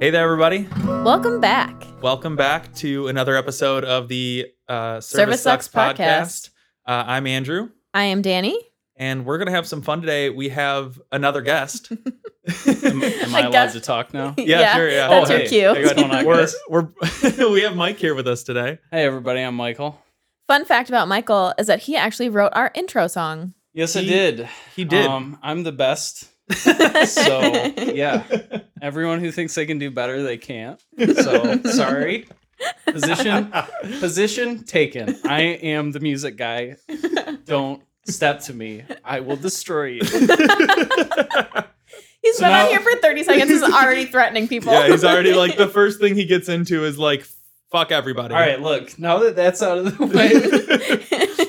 Hey there, everybody. Welcome back. Welcome back to another episode of the uh, Service, Service Sucks, Sucks podcast. Uh, I'm Andrew, I am Danny. and we're going to have some fun today. We have another guest. Am, am I I, allowed guess- to talk now? Yeah, sure, yeah. That's Oh, your hey. cue. There you go. Don't knock we're, us. we're, we have Mike here with us today. Hey, everybody, I'm Michael. Fun fact about Michael is that he actually wrote our intro song. Yes, He I did. He did. Um, I'm the best. So, yeah. Everyone who thinks they can do better, they can't. So, sorry. Position, position taken. I am the music guy. Don't step to me. I will destroy you. He's So been on now- here for 30 seconds. He's already threatening people. yeah, he's already like the first thing he gets into is like, fuck everybody. All right, look. Now that that's out of the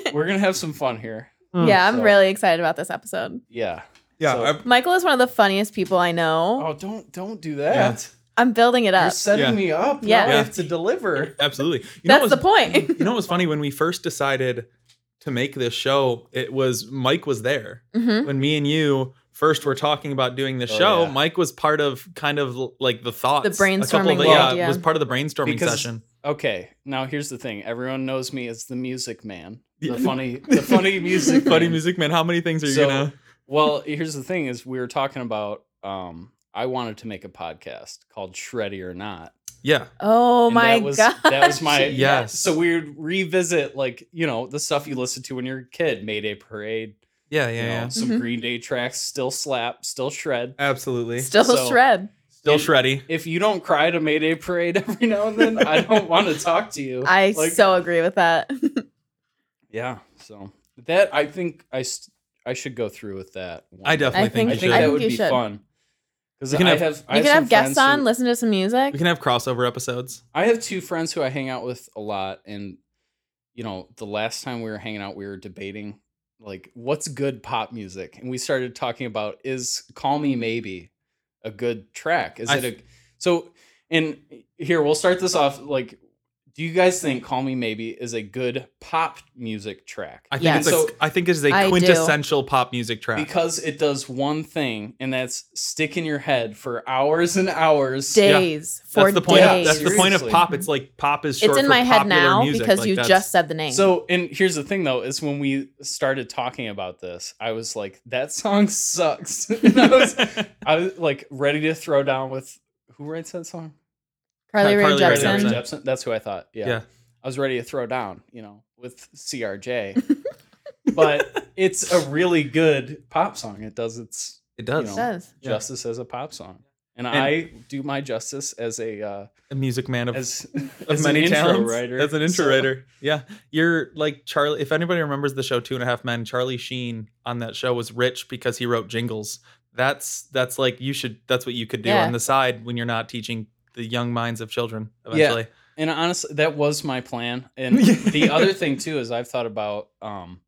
way, we're gonna have some fun here. yeah, I'm So- really excited about this episode. Hmm. Yeah. Yeah. So- I- Michael is one of the funniest people I know. Oh, don't don't do that. I'm building it You're up. setting Yeah. me up. Now Yeah. I have to deliver. absolutely. You know That's what the was- point. You know what was funny? When we first decided to make this show, it was Mike was there. Mhm. when me and you first were talking about doing the Oh, show, yeah. Mike was part of kind of l- like the thoughts, The a couple of brainstorming the- yeah, world, yeah. was part of the brainstorming Because- session. Okay, now here's the thing. Everyone knows me as the music man. Yeah. The funny the funny music Buddy man. Music Man, how many things are you So- gonna? Well, here's the thing is we were talking about um I wanted to make a podcast called Shreddy or Not. Yeah, Oh And my that was god. that was my Yes. So we would revisit like, you know, the stuff you listened to when you were a kid, Mayday Parade, yeah, yeah, you know, yeah. some Mhm. Green Day tracks, still slap, still shred. Absolutely, still, Still So- shred. If- shreddy. If you don't cry to Mayday Parade every now and then, I don't want to talk to you. I Like- so agree with that. Yeah. So that I think I s- I should go through with that. one. I definitely I think, I you think should. that think would you be should. fun. Because We I can have, have- I you can have, some have guests friends on, Who, listen to some music. we can have crossover episodes. I have two friends who I hang out with a lot, and you know, the last time we were hanging out, we were debating like what's good pop music, and we started talking about is "Call Me Maybe" a good track? Is I it a so? And here we'll start this off like. Do you guys think "Call Me Maybe" is a good pop music track? I think Yeah. it's a, So- I think it's a I do. quintessential pop music track. because it does one thing and that's stick in your head for hours and hours days for that's the point. days. Of, that's the point of Seriously. pop. It's like pop is short it's in for my head popular now music. because Like, you that's- just said the name. so and here's the thing though is when we started talking about this i was like that song sucks and I, was, I was like ready to throw down with who writes that song Carly Rae Carly Rae Jepsen. Jepsen. that's who i thought yeah. Yeah. i was ready to throw down you know with crj but it's a really good pop song it does its it does. you know, Does. Yeah. justice as a pop song and, And- i do my justice as a uh A music man of as of as an many intro talents writer. as an intro So- writer. Yeah, you're like Charlie. If anybody remembers the show Two and a Half Men, Charlie Sheen on that show was rich because he wrote jingles. That's that's like you should. That's what you could do Yeah. on the side when you're not teaching the young minds of children. Eventually, And honestly, that was my plan. And the other thing too is I've thought about, um,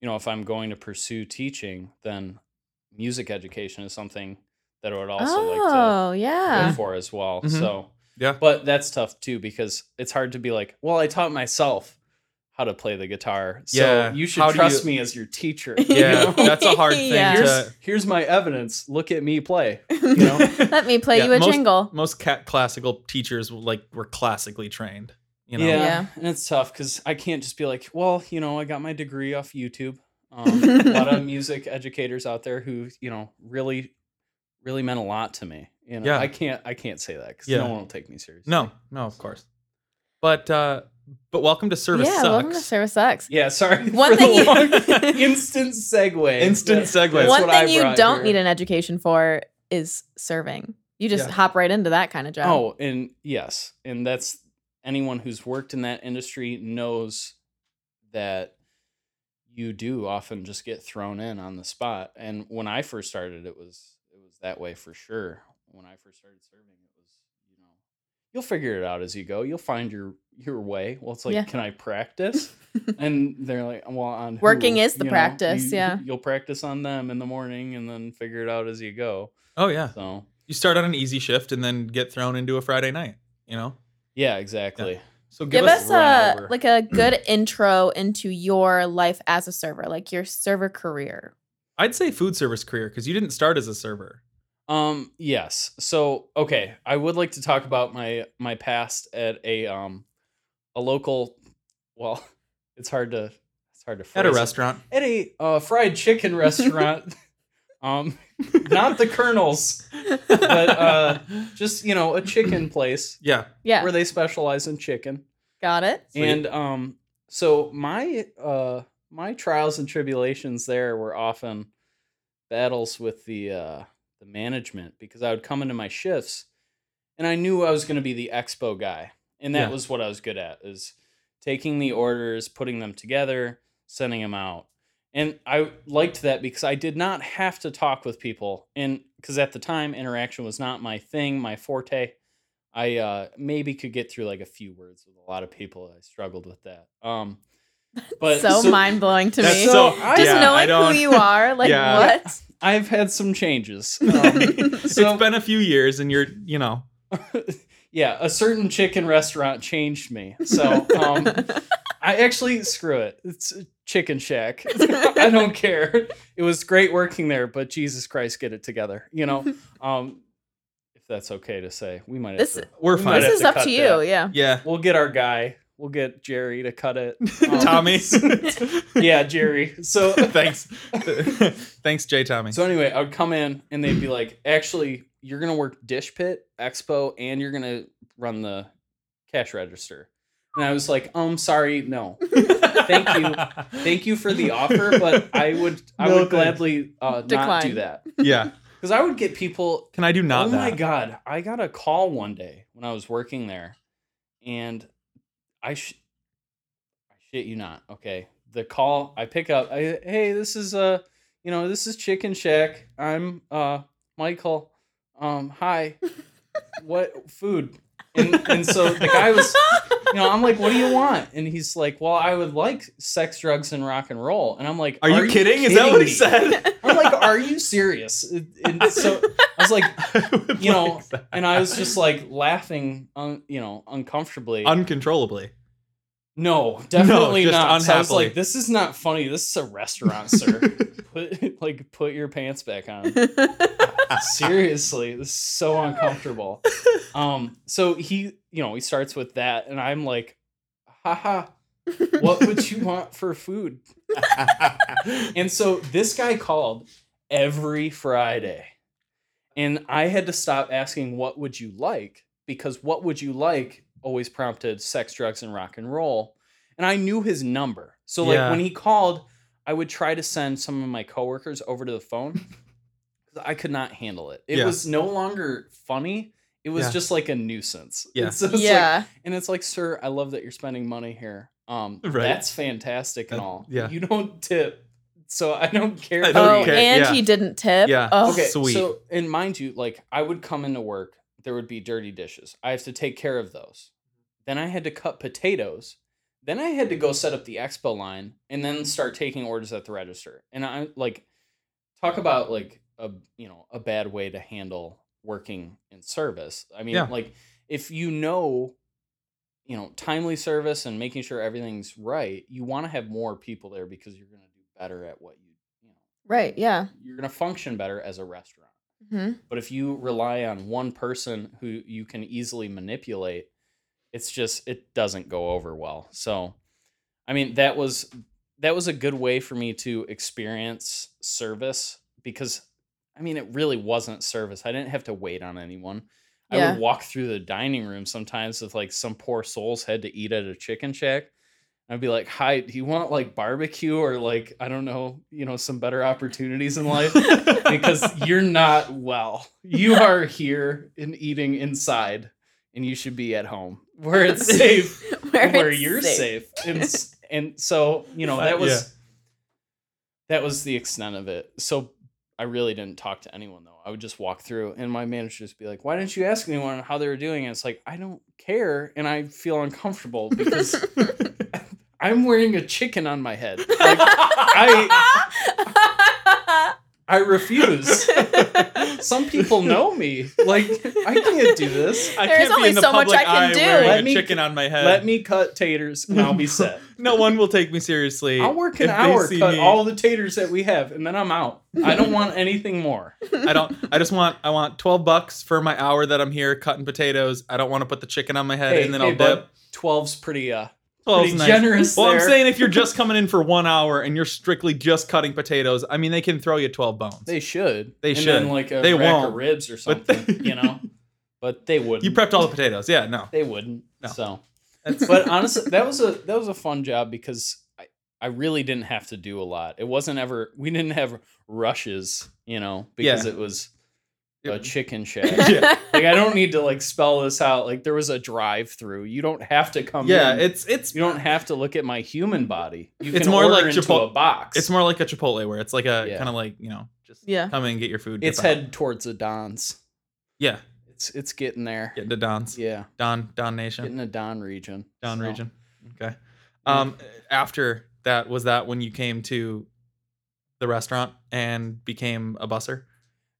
you know, if I'm going to pursue teaching, then music education is something that I would also like oh to go yeah. for as well. Mhm. So, Yeah. but that's tough too because it's hard to be like, well, I taught myself how to play the guitar, so Yeah. you should How do trust you- me as your teacher. yeah, that's a hard thing. Yeah. To, Here's, here's my evidence. Look at me play. You know. Let me play Yeah, you a most- jingle. Most cat classical teachers like were classically trained. You know, yeah, Yeah. and it's tough because I can't just be like, well, you know, I got my degree off YouTube. Um, a lot of music educators out there who, you know, really, really meant a lot to me. You know, Yeah. I can't, I can't say that because Yeah. no one will take me seriously. no, no, of course. But uh but welcome to service yeah, sucks. welcome to service sucks. Yeah, sorry. One for the thing you- long- instant segue. Instant That's- segue. One that's thing what I you brought don't here. need an education for is serving. You just Yeah. hop right into that kind of job. Oh, and yes, and that's anyone who's worked in that industry knows that you do often just get thrown in on the spot. And when I first started, it was it was that way for sure. When I first started serving, it was you know you'll figure it out as you go. You'll find your your way. Well, it's like, Yeah. can I practice? and they're like, well, on who?" Working is the You know, practice, you- yeah. you'll practice on them in the morning and then figure it out as you go. Oh yeah. So You start on an easy shift and then get thrown into a Friday night, you know? yeah, exactly. So give, Give us, us run a over. like a good intro into your life as a server, like your server career. I'd say food service career because you didn't start as a server. Um yes. So okay, I would like to talk about my my past at a um a local well, it's hard to it's hard to at a phrase it. restaurant. At a uh, fried chicken restaurant. um not the Colonel's, but uh just you know, a chicken place yeah, Yeah. where they specialize in chicken. Got it. Sweet. And um so my uh my trials and tribulations there were often battles with the uh the management because I would come into my shifts and I knew I was going to be the expo guy. And that Yeah. was what I was good at is taking the orders, putting them together, sending them out. And I liked that because I did not have to talk with people. And because at the time, interaction was not my thing, my forte. I uh, maybe could get through like a few words with a lot of people. I struggled with that. Um, but so mind blowing to that's me. so. Just Just yeah, I knowing don't, who you are, like Yeah. what? I've had some changes. Um, so- it's been a few years, and you're, you know, yeah, a certain chicken restaurant changed me. So um, I actually screw it. It's a Chicken Shack. I don't care. It was great working there, but Jesus Christ, get it together. You know, um, if that's okay to say, we might. This- have to, we're we fine. might this have is up cut to you. that. Yeah. yeah, We'll get our guy. We'll get Jerry to cut it. Um, Tommy. yeah, Jerry. So Thanks, thanks, J. Tommy. So anyway, I would come in and they'd be like, "Actually, you're gonna work dish pit expo, and you're gonna run the cash register." And I was like, "Um, sorry, no. Thank you. Thank you for the offer, but I would, I No, thanks. would gladly uh, not Decline. do that Yeah, because I would get people can I do not oh that? my god! I got a call one day when I was working there, and I sh- I shit you not. Okay, the call I pick up. I hey, this is uh, you know, this is Chicken Shack. I'm uh Michael. Um, hi. what food? And and so the guy was, you know, I'm like, what do you want? And he's like, well, I would like sex, drugs, and rock and roll. And I'm like, Are, you kidding? Is that what he me?" said? I'm like, are you serious? And and so I was like, You know, and I was just like laughing, un, you know, uncomfortably. uncontrollably. no, definitely No, just not. So I was unhappily. like, this is not funny. This is a restaurant, sir. put like put your pants back on. Seriously, this is so uncomfortable. Um, so he, you know, he starts with that, and I'm like, haha, what would you want for food? And so this guy called every Friday. And I had to stop asking, what would you like? Because what would you like always prompted sex, drugs, and rock and roll. And I knew his number. So, like, Yeah. when he called, I would try to send some of my coworkers over to the phone 'cause I could not handle it. It Yeah. was no longer funny. It was Yeah. just like a nuisance. Yeah. And so it's like- yeah. and it's like, sir, I love that you're spending money here. Um, Right. that's fantastic and That- all. yeah. you don't tip, so I don't care. I for don't oh, you. care. and yeah. he didn't tip. Yeah. Oh. Okay, Sweet. so and mind you, like I would come into work, there would be dirty dishes. I have to take care of those. Then I had to cut potatoes. Then I had to go set up the expo line and then start taking orders at the register. And I like talk about like a you know a bad way to handle working in service. I mean, Yeah. like if you know you know timely service and making sure everything's right, you want to have more people there because you're going to do better at what you you know Right. Yeah. you're going to function better as a restaurant. Mhm. But if you rely on one person who you can easily manipulate, it's just it doesn't go over well. So, I mean, that was that was a good way for me to experience service because I mean, it really wasn't service. I didn't have to wait on anyone. I Yeah. would walk through the dining room sometimes with like some poor souls had to eat at a chicken shack. I'd be like, "Hi, do you want like barbecue or like I don't know, you know, some better opportunities in life?" because you're not well. You are here and eating inside, and you should be at home where it's safe, Where, where it's you're safe. And s- and so you know that was Yeah. that was the extent of it. So I really didn't talk to anyone though. I would just walk through, and my manager just be like, "Why didn't you ask anyone how they were doing?" And it's like I don't care, and I feel uncomfortable because I'm wearing a chicken on my head. Like, I I refuse. Some people know me. Like I can't do this. I There's can't be only in the so much public I can eye do. wearing Let a me- chicken on my head. Let me cut taters and I'll be set. No one will take me seriously. I'll work an if they hour, see cut me. all the taters that we have, and then I'm out. I don't want anything more. I don't. I just want. I want twelve bucks for my hour that I'm here cutting potatoes. I don't want to put the chicken on my head Hey, and then hey, I'll bud, dip. 12's pretty uh Twelve's pretty nice. generous. Well, I'm there. saying if you're just coming in for one hour and you're strictly just cutting potatoes, I mean they can throw you twelve bones. They should. They and should. Then like a They rack won't. of ribs or But something, you know. But they wouldn't. you prepped all the potatoes. Yeah, no. They wouldn't. No. So, That's- but honestly, that was a that was a fun job because I I really didn't have to do a lot. It wasn't ever we didn't have rushes, you know, because Yeah. it was Yeah. a chicken shack. Yeah. like I don't need to like spell this out. Like there was a drive through. You don't have to come. yeah, in. it's it's Oh, you don't have to look at my human body. You It's can more order like into Chipotle- a box. it's more like a Chipotle where it's like a Yeah. kind of like you know just Yeah. come in and get your food. dip It's out. head towards a Don's. Yeah, It's it's getting there. getting to Don's Yeah, Don Don getting Nation a Don region. Don So, region. Okay. Um, after that was that when you came to the restaurant and became a busser.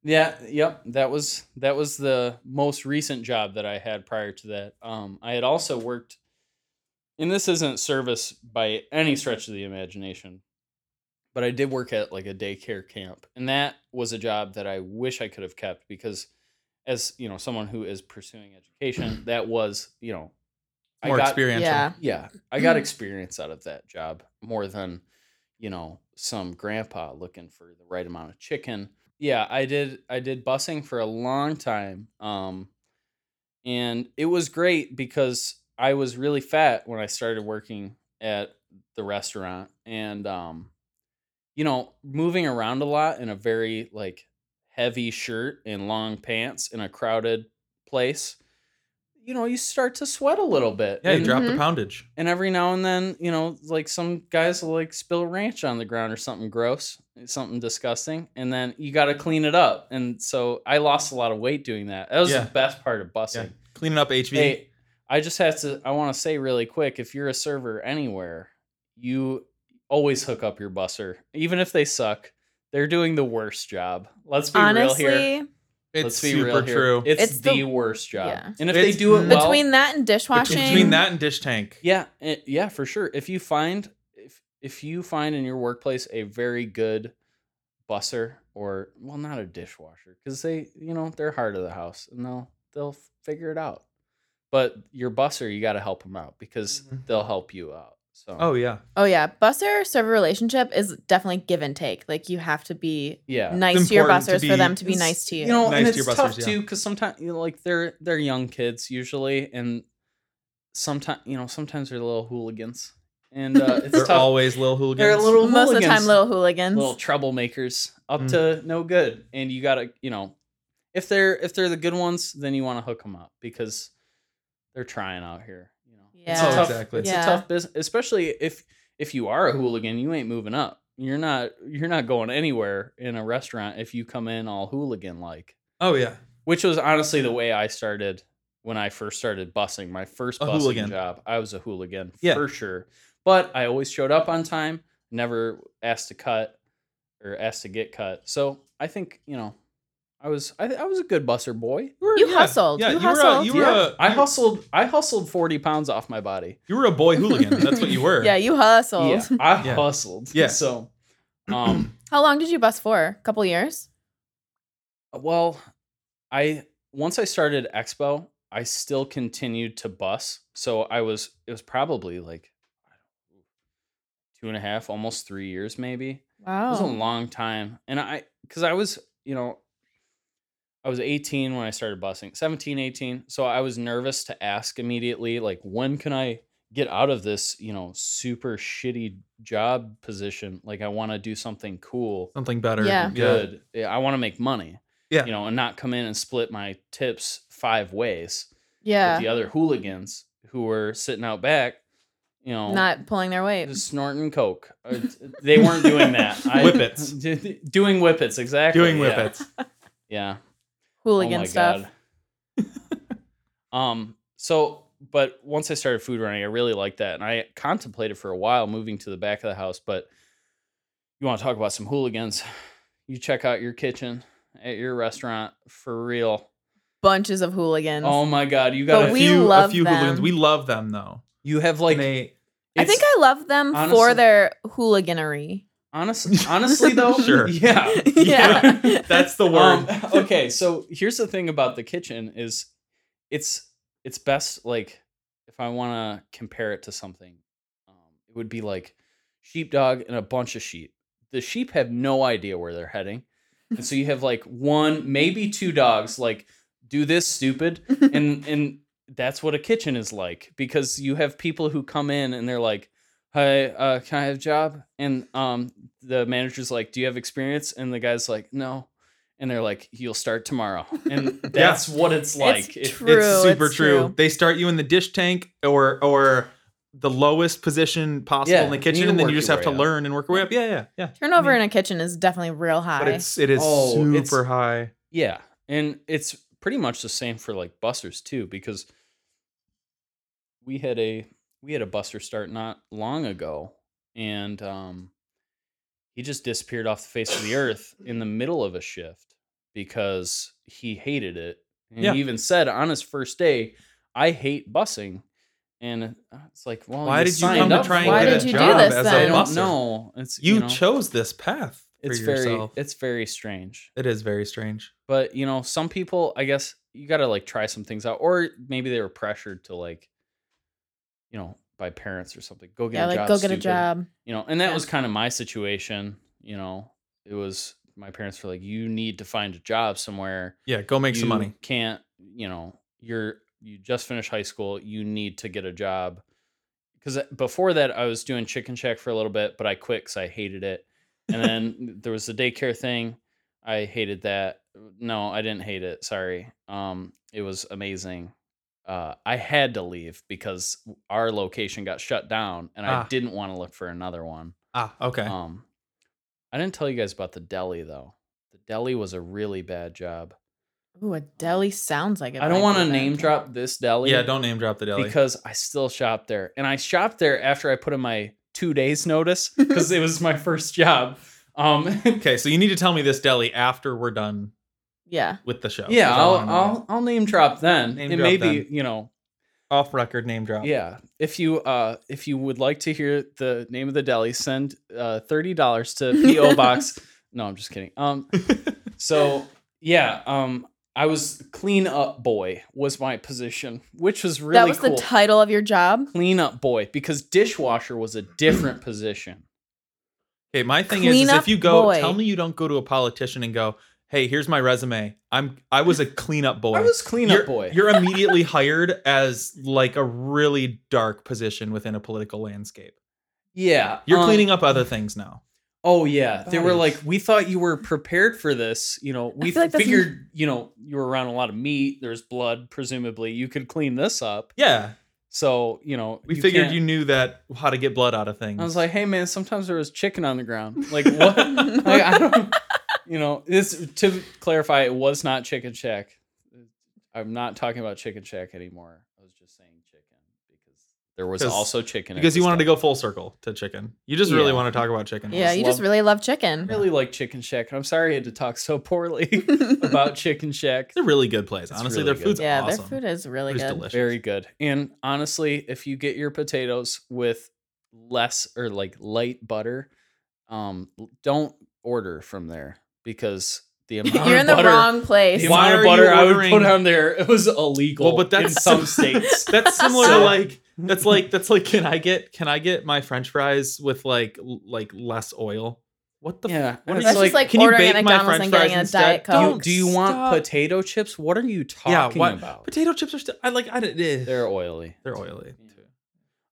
Yeah, yep. That was that was the most recent job that I had prior to that. Um, I had also worked, and this isn't service by any stretch of the imagination, but I did work at like a daycare camp, and that was a job that I wish I could have kept because, as you know, someone who is pursuing education, that was you know, I More got- experiential. yeah. yeah i Mm-hmm. got experience out of that job more than you know some grandpa looking for the right amount of chicken yeah i did i did busing for a long time um and it was great because i was really fat when i started working at the restaurant and um you know moving around a lot in a very like heavy shirt and long pants in a crowded place you know you start to sweat a little bit Mm-hmm. Yeah, you And- dropped the Mhm. poundage. and every now and then, you know, like some guys will like spill ranch on the ground or something gross, something disgusting, and then you got to clean it up. And so I lost a lot of weight doing that. That was Yeah. the best part of Yeah. busing. Cleaning up HV. Hey, I just have to. I want to say really quick: if you're a server anywhere, you always hook up your busser, even if they suck. They're doing the worst job. Let's be real here. Honestly, it's Let's be super real here. true. It's, It's the, the- worst job. yeah. And if It's they do it well, between that and dishwashing, between, between that and dish tank. Yeah, it, yeah, for sure. If you find if if you find in your workplace a very good busser or well, not a dishwasher because they you know they're heart of the house and they'll they'll figure it out. But your busser, you got to help them out because Mhm. they'll help you out. So Oh yeah. Mm-hmm. oh yeah, busser server relationship is definitely give and take. Like you have to be yeah, nice to your important to bussers be- for them to be It's- nice to you. know, Nice and to it's your tough bussers, yeah. too because sometimes you know, like they're they're young kids usually, and sometimes you know sometimes they're little hooligans, and uh, it's They're tough. always little hooligans. they're little most of the time, hooligans. little hooligans. little troublemakers up to no good and you gotta you know if they're if they're the good ones then you want to hook them up because they're trying out here you know it's a Yeah. Oh, tough exactly. it's Yeah. a tough business especially if if you are a hooligan you ain't moving up you're not you're not going anywhere in a restaurant if you come in all hooligan like Oh yeah. which was honestly the way i started when i first started busing my first A busing hooligan. job i was a hooligan Yeah. for sure but i always showed up on time never asked to cut or asked to get cut so i think you know i was i, I was a good busser boy were- You hustled. Yeah, You were a hustled. you you were yeah, a I hustled i hustled 40 pounds off my body you were a boy hooligan. That's what you were. yeah, you hustled. yeah i Yeah. hustled Yeah. so um How long did you bus for? A couple years. Well, I once I started Expo, I still continued to bus. So I was it was probably like two and a half, almost three years maybe. It was a Wow. long time. And I because I was, you know, I was 18 when I started busing, 17, 18. So I was nervous to ask immediately, like, when can I get out of this, you know, super shitty job position? Like I want to do something cool Something better. Yeah. good. Yeah, I want to make money. Yeah. You know, and not come in and split my tips five ways with Yeah, the other hooligans who were sitting out back, you know, not pulling their weight. just oh snorting coke. Uh, they weren't doing that. Whippets. doing whippets, exactly. Doing yeah. whippets. Yeah. Hooligan stuff. God. Oh um. So, but once I started food running, I really liked that, and I contemplated for a while moving to the back of the house. But you want to talk about some hooligans? you check out your kitchen at your restaurant for real. Bunches of hooligans. Oh my god, you got But a a we few. few, a love few balloons. them. We love them though. You have Like like they, I think I love them honestly- for their hooliganery. honestly, honestly though, Sure. yeah, yeah, Yeah. that's the Um, word. okay, so here's the thing about the kitchen is it's it's best like if I want to compare it to something, um, it would be like sheepdog and a bunch of sheep. The sheep have no idea where they're heading, and so you have like one, maybe two dogs like do this stupid, and and that's what a kitchen is like because you have people who come in and they're like hi uh, can i have a job and um the manager's like do you have experience and the guy's like no and they're like you'll start tomorrow and that's what it's like it's If- true. it's super it's true. true. They start you in the dish tank or or the lowest position possible Yeah, in the and kitchen, you and then work you just your have to way up. learn and work your way up. Yeah, yeah, yeah. Turnover I mean, in a kitchen is definitely real high. but it's it is Oh, super it's- high. yeah and it's pretty much the same for like busters too because we had a we had a buster start not long ago and um he just disappeared off the face of the earth in the middle of a shift because he hated it and Yeah. he even said on his first day i hate bussing and it's like well Why did you signed come to up try and for Why get it. did a you do job this as then? i a don't buster? know it's You, you, know, chose this path it's for very yourself. it's very strange it is very strange. but you know some people i guess you gotta like try some things out or maybe they were pressured to like you know by parents or something go get yeah, a like job go get a stupid. job. you know and that Yeah. was kind of my situation you know it was my parents were like you need to find a job somewhere Yeah, go make some You money. can't you know you're you just finished high school you need to get a job because before that i was doing chicken shack for a little bit but i quit because i hated it and then there was the daycare thing i hated that no i didn't hate it sorry um it was amazing uh i had to leave because our location got shut down and Ah. i didn't want to look for another one Ah, okay. um, I didn't tell you guys about the deli though. The deli was a really bad job. Ooh, a deli sounds like it. I don't want to to name drop this deli. yeah, don't name drop the deli. because I still shop there, and I shopped there after I put in my two days notice because it was my first job. Um, okay, so you need to tell me this deli after we're done Yeah. with the show. yeah, 'cause I I'll, wanna know. I'll I'll name drop then, Name and drop maybe then. you know off record name drop. Yeah. If you uh if you would like to hear the name of the deli, send uh thirty dollars to PO Box. No, I'm just kidding. Um so yeah, um I was clean up boy was my position, which was really that was cool. the title of your job. clean up boy because dishwasher was a different position. Okay, my thing is, is Cleanup if you go, boy. tell me you don't go to a politician and go, "Hey, here's my resume. I'm I was a cleanup boy." I was clean you're, up boy. You're immediately hired as like a really dark position within a political landscape. yeah. You're um, cleaning up other things now. Oh yeah, they were Bodies. like, we thought you were prepared for this. You know, we feel like that's- figured, you know, you were around a lot of meat. There's blood, presumably. You could clean this up. Yeah, So you know, we figured can't- you knew that how to get blood out of things. I was like, hey man, sometimes there was chicken on the ground. Like what? like I don't. You know, this to clarify, it was not Chicken Shack. I'm not talking about Chicken Shack anymore. I was just saying chicken because there was 'Cause- also chicken. at because you this wanted to time. go full circle to chicken. You just really Yeah. want to talk about chicken. yeah, just you just love- really love chicken. I really like Chicken Shack. and I'm sorry I had to talk so poorly about Chicken Shack. it's a really good place. It's Honestly, their really good. food's yeah, awesome. their food is really Food is good. delicious. Very good. And honestly, if you get your potatoes with less or like light butter, um, don't order from there because the amount You're of in the butter, wrong place. the Why amount of are you butter I would ordering- put on there it was illegal. Well, but in that's- some states. That's similar to So- like that's like that's like can I get can I get my French fries with like l- like less oil? What the f- yeah, What and is That's it's that? just like, like, Can you ordering bake at my McDonald's french and fries getting a instead? diet Do you- coke. do you want Stop. potato chips? What are you talking Yeah, what- about? potato chips are still I like I did eh. They're oily. they're oily.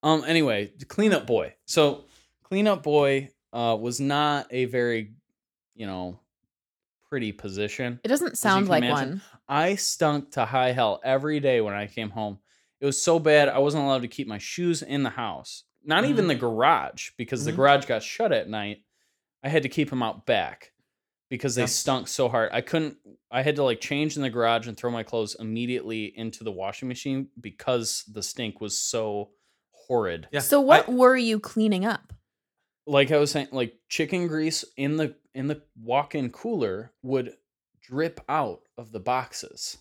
Um. Anyway, the cleanup boy. So, cleanup boy uh, was not a very, you know, pretty position. It doesn't you sound can like imagine. one. I stunk to high hell every day when I came home. It was so bad I wasn't allowed to keep my shoes in the house, not even Mhm. the garage because the Mhm. garage got shut at night. I had to keep them out back because they Yeah. stunk so hard. I couldn't. I had to like change in the garage and throw my clothes immediately into the washing machine because the stink was so horrid Yeah. So what were you cleaning up? like I was saying, like chicken grease in the in the walk-in cooler would drip out of the boxes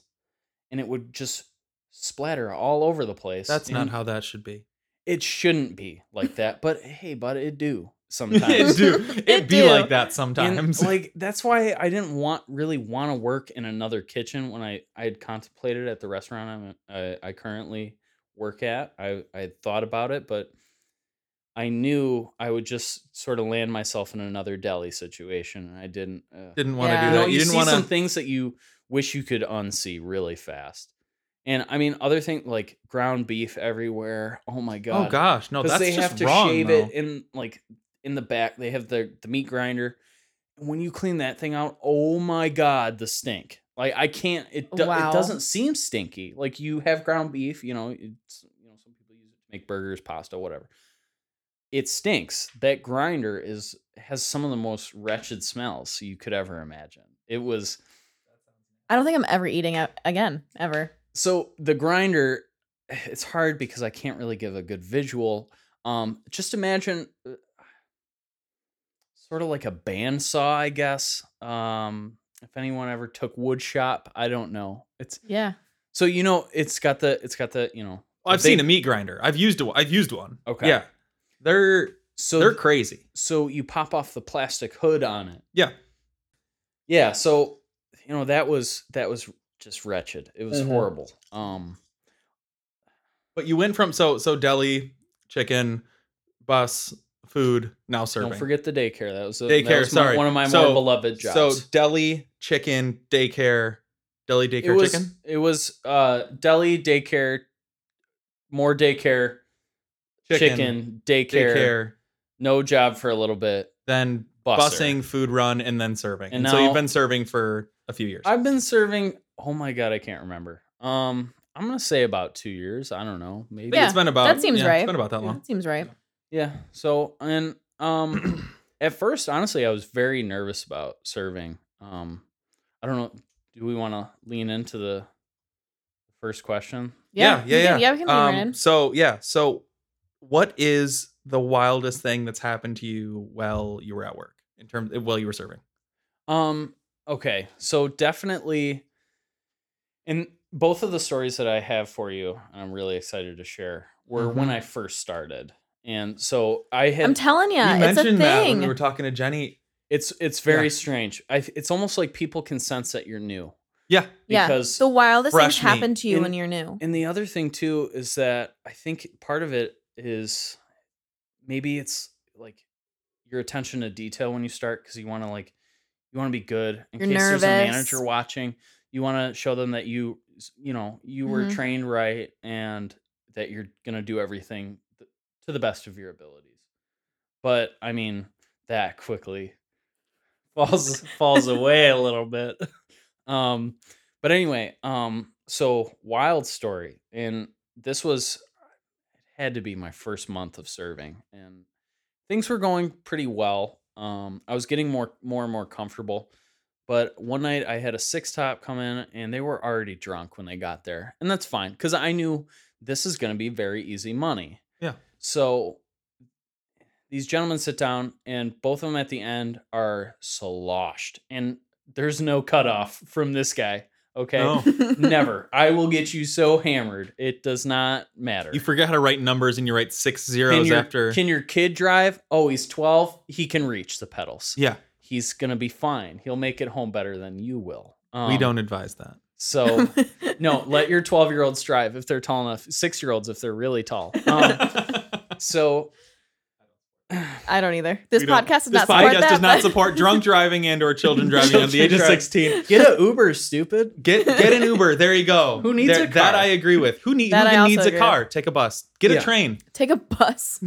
and it would just splatter all over the place. That's not and how that should be. it shouldn't be like that, but hey, but it do it sometimes. do. It, It be do. like that And, sometimes. like that's why I didn't want really want to work in another kitchen when I I had contemplated at the restaurant I'm uh, I, I currently work at. I I had thought about it, but I knew I would just sort of land myself in another deli situation, and I didn't. Uh, didn't want to Yeah. do you that. know, you, you, didn't see want some to. things that you wish you could unsee really fast. And I mean, other thing like ground beef everywhere. Oh my god! Oh gosh, no, 'Cause that's they just have to wrong. shave though. it in like in the back. They have the the meat grinder. When you clean that thing out, oh my god, the stink! Like I can't. It do, Wow. it doesn't seem stinky. Like you have ground beef. You know, it's you know some people use it to make burgers, pasta, whatever. It stinks. That grinder is has some of the most wretched smells you could ever imagine. It was I don't think I'm ever eating out again, ever. so the grinder it's hard because i can't really give a good visual um just imagine uh, sort of like a bandsaw i guess um if anyone ever took wood shop i don't know it's Yeah. so you know it's got the it's got the you know Well, I've they- seen a meat grinder. I've used one. I've used one. Okay. Yeah, they're so they're crazy. so you pop off the plastic hood on it Yeah. yeah so you know that was that was just wretched it was Mhm. horrible um But you went from so so deli, chicken, bus, food, now serving. don't forget the daycare that was a, that Daycare, was my- sorry. one of my So- more beloved jobs so deli, chicken, daycare, deli, it daycare, was chicken. it was uh deli daycare more daycare chicken, daycare, daycare, no job for a little bit then busser. busing, food run, and then serving. And, And so you've now- been serving for a few years. i've been serving oh my god i can't remember um i'm gonna say about two years i don't know maybe yeah, it's been about that seems yeah, It's right. been about that long. That seems right. yeah so and um at first honestly i was very nervous about serving um i don't know do we want to lean into the first question Yeah, yeah, we yeah. can- yeah, we can lean right Um, in. So yeah, so what is the wildest thing that's happened to you while you were at work in terms while you were serving? Um, okay. So definitely in both of the stories that I have for you, I'm really excited to share, were when Mhm. I first started. And so I had I'm telling ya, you it's a mentioned that when thing. we were talking to Jenny. it's it's very Yeah. strange. I it's almost like people can sense that you're new. Yeah. yeah. because the wildest things fresh meat happen to you in- when you're new. And the other thing too is that I think part of it is maybe it's like your attention to detail when you start because you want to like you want to be good in You're case there's a nervous. manager watching. You want to show them that you you know you were Mhm. trained right and that you're gonna do everything th- to the best of your abilities. But I mean that quickly falls falls away a little bit. Um, but anyway, um, so wild story, and this was it had to be my first month of serving, and things were going pretty well. Um, I was getting more more and more comfortable, but one night I had a six top come in, and they were already drunk when they got there, and that's fine because I knew this is going to be very easy money. Yeah. So these gentlemen sit down, and both of them at the end are sloshed, and there's no cutoff from this guy. Okay. No. Never. I will get you so hammered. It does not matter. You forget how to write numbers and you write six can zeros your, after. can your kid drive? Oh, he's 12. He can reach the pedals. yeah, He's going to be fine. He'll make it home better than you will. Um, we don't advise that. So, no, let your 12 year olds drive if they're tall enough, six year olds if they're really tall. Um, so, I don't either. This We don't- podcast does this not support podcast that. does not but- support drunk driving and or children driving under the age of Children driving. 16 get a Uber, stupid. get get an uber there you go Who needs There- a car? that i agree with who, need, who That I can- also needs a agree car take a bus get Yeah. a train Take a bus.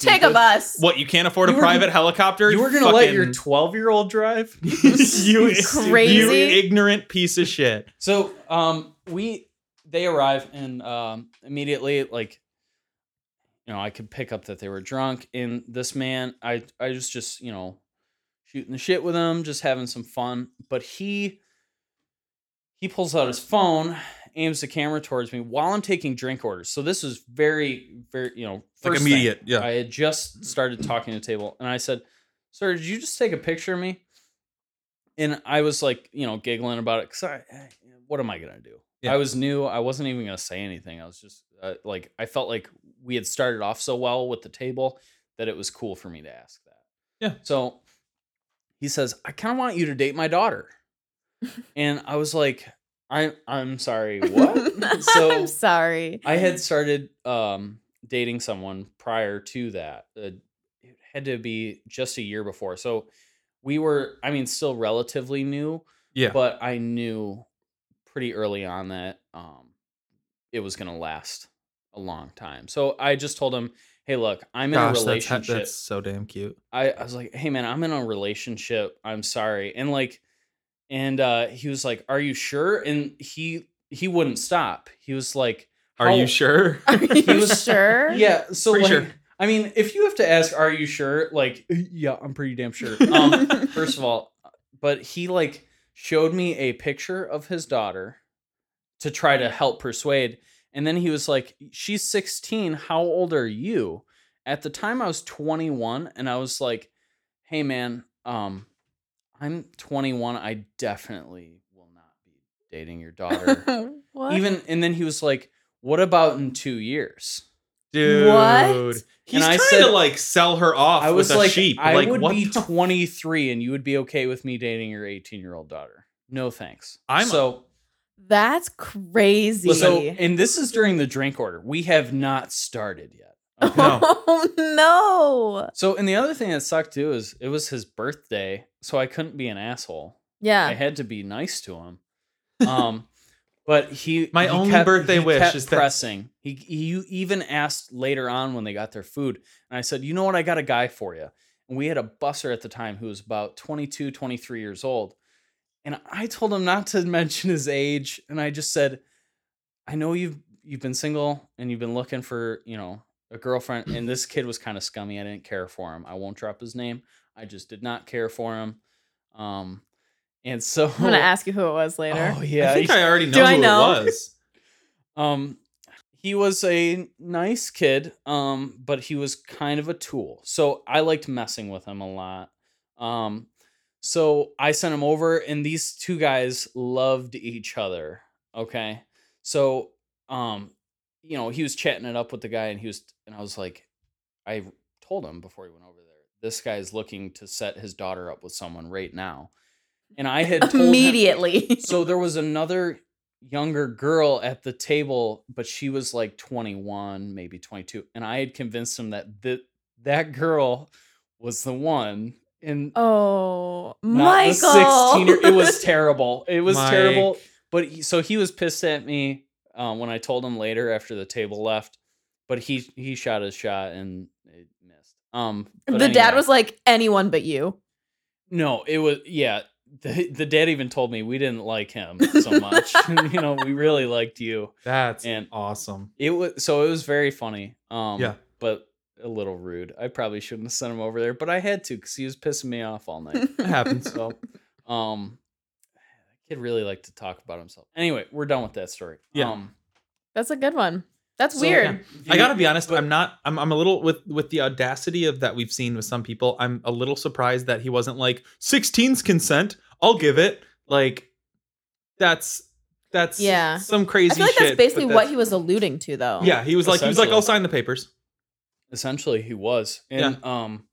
Take a bus. what you can't afford You a were- private helicopter You were going to let your Fucking- 12 year old drive? you you Crazy. ignorant piece of shit So um we they arrive and um immediately like you know I could pick up that they were drunk and this man I I was just you know shooting the shit with him just having some fun but he he pulls out his phone aims the camera towards me while I'm taking drink orders so this is very very you know like first thing. immediate yeah I had just started talking to the table and I said, sir, did you just take a picture of me? And I was like, you know, giggling about it because I, I- what am I gonna do? Yeah. I was new. I wasn't even gonna say anything. I was just uh, like, I felt like we had started off so well with the table that it was cool for me to ask that. Yeah. So he says, I kind of want you to date my daughter, and I was like, I'm I'm sorry, what? I'm sorry. I had started um, dating someone prior to that. Uh, it had to be just a year before. So we were, I mean, still relatively new, Yeah. but I knew pretty early on that um, it was going to last a long time. So I just told him, hey, look, I'm in Gosh, a that's, relationship. that's so damn cute. I, I was like, hey man, I'm in a relationship. I'm sorry. And like, and uh he was like, Are you sure? And he he wouldn't stop. He was like, Are "How- you sure? Oh. Are you was- sure? Yeah. So Pretty like, sure. I mean, if you have to ask, are you sure? Like, yeah, I'm pretty damn sure. Um, first of all, but he like showed me a picture of his daughter to try to help persuade. And then he was like, she's 16. How old are you? At the time I was 21 and I was like, hey man, um, I'm 21. I definitely will not be dating your daughter. what? Even and then he was like, what about in two years? Dude. What? He's I trying said- to like sell her off I was with a like, sheep. I like would what be the- 23 and you would be okay with me dating your 18 year old daughter. No thanks. I'm- so, That's crazy. so, and this is during the drink order. We have not started yet. Okay? No. Oh no. So, and the other thing that sucked too is it was his birthday, so I couldn't be an asshole. I Yeah. had to be nice to him. Um, but he My he only birthday he wish kept is that- pressing. He, he you even asked later on when they got their food, and I said, "You know what? I got a guy for you." And we had a busser at the time who was about 22, 23 years old, and I told him not to mention his age, and I just said, "I know you've you've been single and you've been looking for you know a girlfriend." And this kid was kind of scummy. I didn't care for him. I won't drop his name. I just did not care for him. Um, and so I'm gonna ask you who it was later. Oh yeah, I think he- I already know Do I who know? it was. um, he was a nice kid, um, but he was kind of a tool. So I liked messing with him a lot. Um, so I sent him over, and these two guys loved each other. Okay, so um, you know, he was chatting it up with the guy, and he was, and I was like, I told him before he went over there, this guy is looking to set his daughter up with someone right now, and I had told him- Immediately. so there was another younger girl at the table, but she was like 21, maybe 22, and I had convinced him that th- that girl was the one. And Oh, not the Michael. 16 year- it was terrible. It was Mike. terrible. But he, so he was pissed at me um, when I told him later after the table left. But he he shot his shot and it missed. Um, the but dad anyway. was like anyone but you. No, it was yeah. The, the dad even told me we didn't like him so much. you know, we really liked you. That's And- awesome. It was so it was very funny. Um, Yeah. but a little rude. I probably shouldn't have sent him over there, but I had to because he was pissing me off all night. happens. so, um, kid really liked to talk about himself. Anyway, we're done with that story. Yeah. Um, That's a good one. That's so- weird. I gotta be honest. I'm not. I'm. I'm a little with with the audacity of that we've seen with some people. I'm a little surprised that he wasn't like 16's consent. I'll give it. Like, that's that's Yeah. some crazy. I feel like that's shit, but basically what that's- he was alluding to, though. Yeah, he was like he was like Essentially. I'll sign the papers. essentially he was and um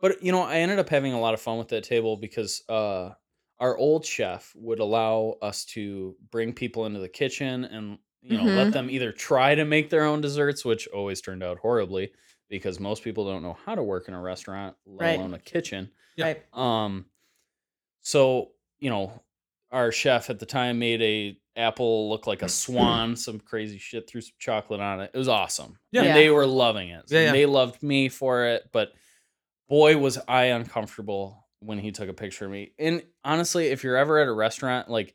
but you know i ended up having a lot of fun with that table because uh our old chef would allow us to bring people into the kitchen and you know let Mhm. them either try to make their own desserts which always turned out horribly because most people don't know how to work in a restaurant let Right. alone a kitchen Yeah. Right. um so you know our chef at the time made a apple look like a Mm. swan, some crazy shit, threw some chocolate on it. It was awesome. Yeah. And Yeah. they were loving it. Yeah, yeah. They loved me for it, but boy was I uncomfortable when he took a picture of me. And honestly, if you're ever at a restaurant like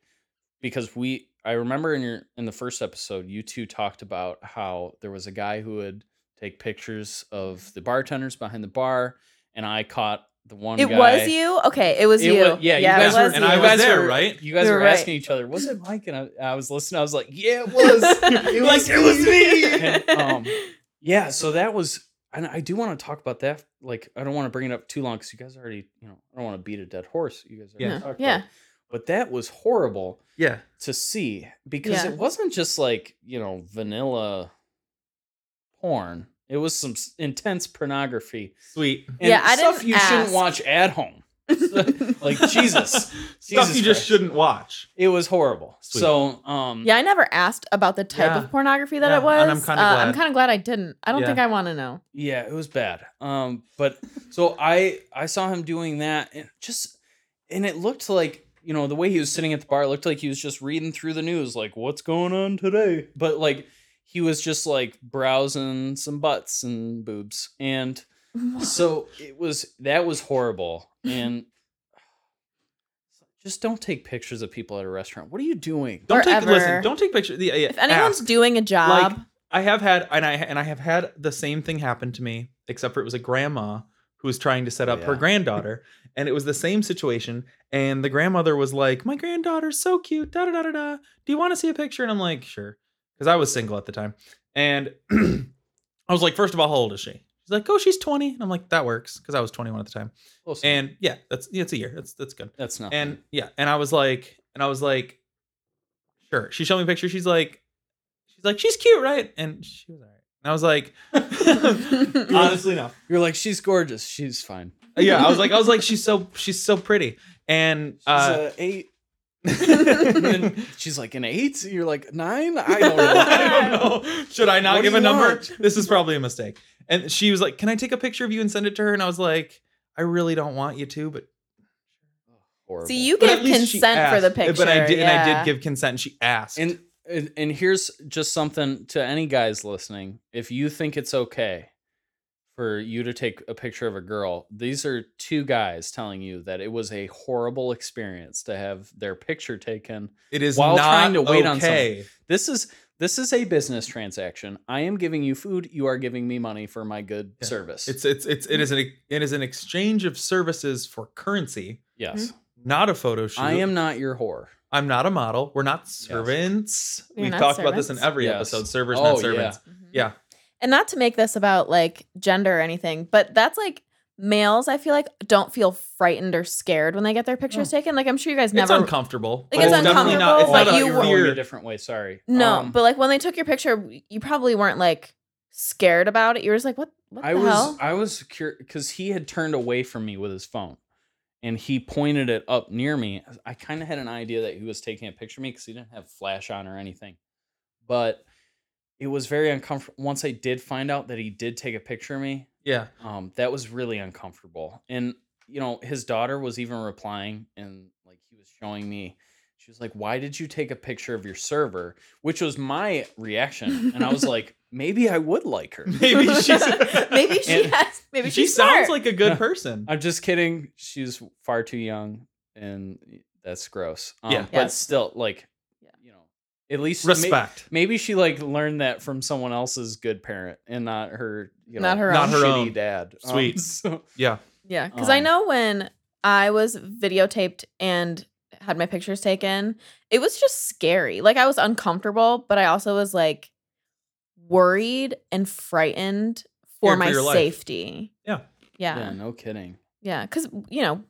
because we I remember in your in the first episode you two talked about how there was a guy who would take pictures of the bartenders behind the bar and I caught the one It guy was you? Okay, it was it you. wa- yeah, yeah, you guys it was were, and you. I you was guys there, were- right? You guys You were, were right. asking each other, "Was it Mike?" And I, I was listening. I was like, "Yeah, it was." Like, it was me. And, um, yeah, so that was. and I do want to talk about that. Like, I don't want to bring it up too long because you guys already, you know, I don't want to beat a dead horse. You guys already Yeah. talked Yeah. about it. But that was horrible Yeah. to see because Yeah. it wasn't just like, you know, vanilla porn. It was some s- intense pornography. Sweet. And Yeah, I stuff didn't you ask. shouldn't watch at home. like Jesus. Stuff Jesus you just Christ. shouldn't watch. It was horrible. Sweet. So, um yeah, I never asked about the type Yeah. of pornography that Yeah, it was. and I'm kinda Uh, I'm glad. kind of glad I didn't. I don't Yeah. think I want to know. Yeah, it was bad. Um, but so I I saw him doing that and just and it looked like you know the way he was sitting at the bar it looked like he was just reading through the news like what's going on today. But like he was just like browsing some butts and boobs and so it was that was horrible and just don't take pictures of people at a restaurant. What are you doing? Don't take listen. Forever. Don't take pictures. Yeah, yeah, if anyone's ask. doing a job, Like, I have had and I and I have had the same thing happen to me, except for it was a grandma who was trying to set Oh, up her yeah. granddaughter, and it was the same situation. And the grandmother was like, "My granddaughter's so cute, da da da da da. Do you want to see a picture?" And I'm like, "Sure," because I was single at the time, and I was like, first of all, how old is she?" She's like, "Oh, she's 20," and I'm like, "That works," because I was 21 at the time. Close enough. And yeah, that's yeah, it's a year. That's that's good that's not and yeah and i was like and i was like sure she showed me a picture she's like she's like she's cute right and she was all right and i was like honestly no you're like she's gorgeous. She's fine. Uh, yeah i was like i was like she's so she's so pretty and She's uh a eight And I then she's like, an eight? You're like, nine? I don't know. don't know. Should I not What do give a you number? want? This is probably a mistake. And she was like, "Can I take a picture of you and send it to her?" And I was like, "I really don't want you to, but Horrible. see, you but gave at least she consent for the asked." picture. But I did, and I yeah. did give consent. And she asked. And, and and here's just something to any guys listening. If you think it's okay for you to take a picture of a girl, these are two guys telling you that it was a horrible experience to have their picture taken. it is while not trying to wait on okay. This is this is a business transaction. I am giving you food. You are giving me money for my good Yeah. service. It's it's it's it is an it is an exchange of services for currency, yes. not a photo shoot. I am not your whore. I'm not a model. We're not servants. We're We've not talked about this in servants. every Yes. episode. Servers, Oh, not yeah. servants. Mhm. Yeah. And not to make this about like gender or anything, but that's like males, I feel like, don't feel frightened or scared when they get their pictures taken. Like, I'm sure you guys It's never. uncomfortable. Like, it's but definitely not- uncomfortable, it's not but a you you're going fear. a different way. Sorry. no, Um, but like when they took your picture, you probably weren't like scared about it. You were just like, what, what I the was hell? I was curious because he had turned away from me with his phone, and he pointed it up near me. I kind of had an idea that he was taking a picture of me because he didn't have flash on or anything, but it was very uncomfortable. Once I did find out that he did take a picture of me, Yeah. um, that was really uncomfortable. And you know, his daughter was even replying, and like he was showing me. She was like, "Why did you take a picture of your server?" Which was my reaction, and I was like, "Maybe I would like her." Maybe she's maybe she And has. Maybe she she's sounds smart. like a good person. I'm just kidding. She's far too young, and that's gross. Um, Yeah. but Yeah. still, like, Yeah. you know, at least ma- Respect. maybe she like learned that from someone else's good parent and not her, you know, Not her Not own. her shitty own. dad. Um, Sweet. so- Yeah. Yeah, because I Um, know when I was videotaped and had my pictures taken, it was just scary. Like I was uncomfortable, but I also was like worried and frightened for Scared for my your life. safety. Yeah. yeah, Yeah. no kidding. Yeah. Because, you know,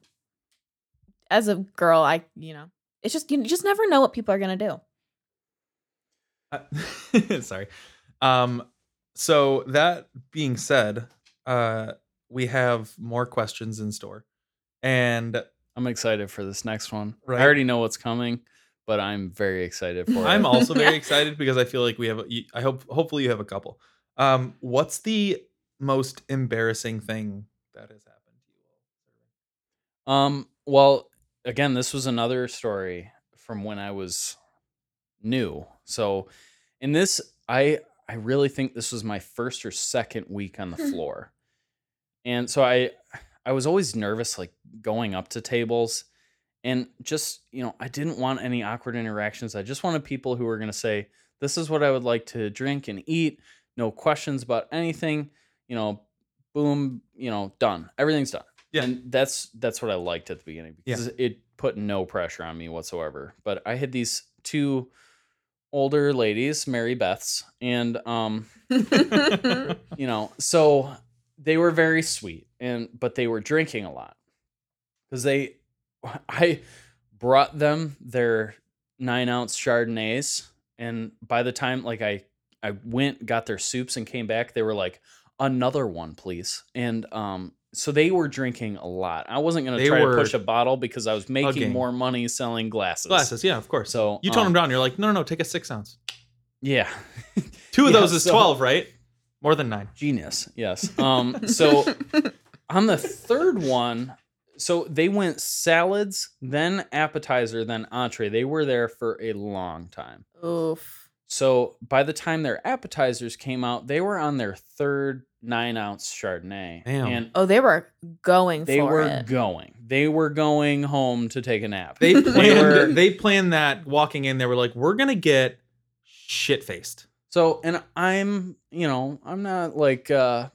as a girl, I, you know, it's just, you just never know what people are going to do. Uh, sorry. Um, so that being said, uh, we have more questions in store, and I'm excited for this next one. Right. I already know what's coming, but I'm very excited for I'm it. also very excited because I feel like we have. you- I hope, hopefully, you have a couple. Um, what's the most embarrassing thing that has happened to you? Um, well, again, this was another story from when I was new. So in this, I I really think this was my first or second week on the floor. And so I I was always nervous like going up to tables and just, you know, I didn't want any awkward interactions. I just wanted people who were going to say, "This is what I would like to drink and eat." No questions about anything, you know, boom, you know, done. Everything's done. Yeah. And that's that's what I liked at the beginning Yeah. because it put no pressure on me whatsoever. But I had these two older ladies, Mary Beths, and um, you know, so they were very sweet and but they were drinking a lot because they i brought them their nine ounce chardonnays and by the time like i i went got their soups and came back they were like another one please and um so they were drinking a lot i wasn't going to They try to were push a bottle because i was making hugging. more money selling glasses, Glasses, yeah, of course. so you toned um, them down. You're like, no, no, no, take a six ounce. yeah Two of yeah, those is so- twelve, right? More than nine. genius yes um so on the third one so they went salads then appetizer then entree they were there for a long time Oof. so by the time their appetizers came out they were on their third nine ounce chardonnay Damn. and Oh, they were going they for were it. going they were going home to take a nap They planned, were- they planned that walking in. They were like, we're gonna get shit faced. So, and I'm, you know, I'm not like, uh,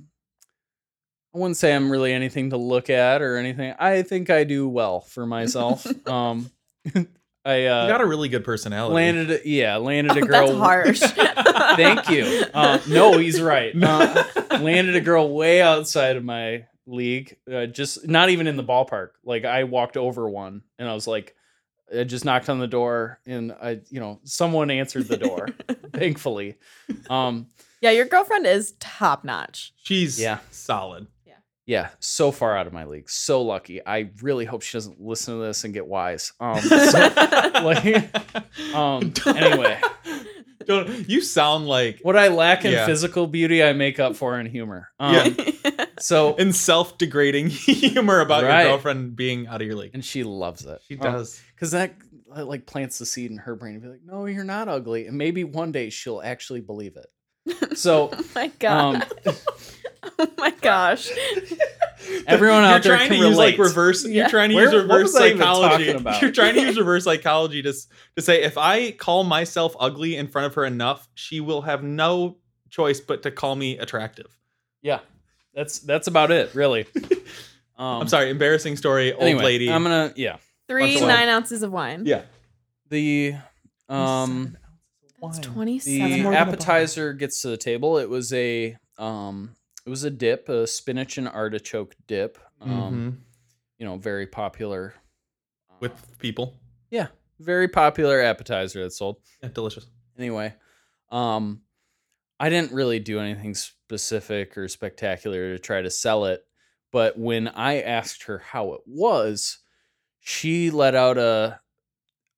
I wouldn't say I'm really anything to look at or anything. I think I do well for myself. um, I, You uh, got a really good personality. landed, a, yeah, landed a Oh, girl. that's harsh. Thank you. Uh, no, he's right. Uh, Landed. landed a girl way outside of my league. Uh, just not even in the ballpark. Like I walked over one and I was like, I just knocked on the door and I, you know, someone answered the door, thankfully. Um, Yeah, your girlfriend is top notch. She's Yeah. solid. yeah, so far out of my league. So lucky. I really hope she doesn't listen to this and get wise. Um, so- like, um, anyway. Don't- you sound like what I lack in Yeah. physical beauty, I make up for in humor. Um, Yeah. So, in self-degrading humor about Right. your girlfriend being out of your league. and she loves it. She Um, does. because that uh, like plants the seed in her brain and be like, no, you're not ugly, and maybe one day she'll actually believe it. So oh my god. um, oh my gosh. everyone out you're there trying can to use like relate. reverse. Yeah. You're trying to Where- use what reverse was I even psychology. talking about? You're trying to use reverse psychology to s- to say if I call myself ugly in front of her enough, she will have no choice but to call me attractive. yeah, that's that's about it, really. Um, I'm sorry, embarrassing story, old anyway, lady. I'm gonna yeah Bunch Three of wine. nine ounces of wine. yeah. the Wine. That's um the That's 27. more than a bar. appetizer gets to the table. It was a um it was a dip, a spinach and artichoke dip. Um, Mhm. you know, very popular um, with people. very popular appetizer that's sold. Yeah, delicious. anyway um i didn't really do anything specific or spectacular to try to sell it but when i asked her how it was she let out a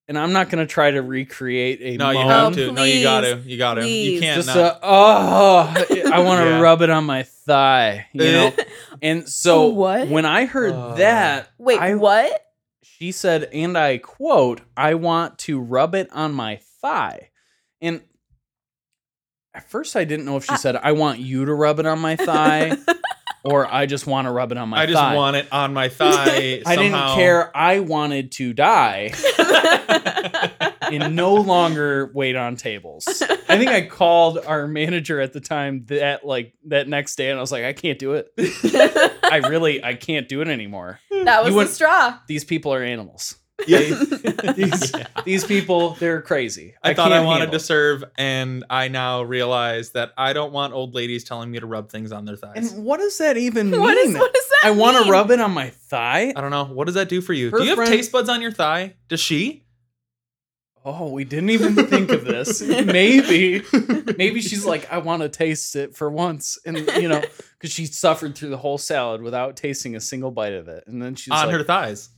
and i'm not going to try to recreate a No, you moan, have Um, to. no, you got please, to. You got to. You please. can't. just uh, not. a oh i want to Yeah. rub it on my thigh you know and so Oh, What? when i heard Uh. that Wait, I- what? she said, and I quote, I want to rub it on my thigh. And at first, I didn't know if she I- said, I want you to rub it on my thigh or I just want to rub it on my I just thigh. want it on my thigh. I didn't somehow. care. I wanted to die and no longer wait on tables. I think I called our manager at the time that like that next day and I was like, I can't do it. that I really I can't do it anymore. was the wouldn't- straw. These people are animals. Yeah. These, these people, they're crazy. I, thought I can't wanted handle to serve, and I now realize that I don't want old ladies telling me to rub things on their thighs. And what does that even mean? What is what is that? I want mean? to rub it on my thigh. I don't know. What does that do for you? Her do you have friend- taste buds on your thigh? Does she? Oh, we didn't even think of this. Maybe, maybe she's like, I want to taste it for once, and you know, because she suffered through the whole salad without tasting a single bite of it, and then she's on like, her thighs.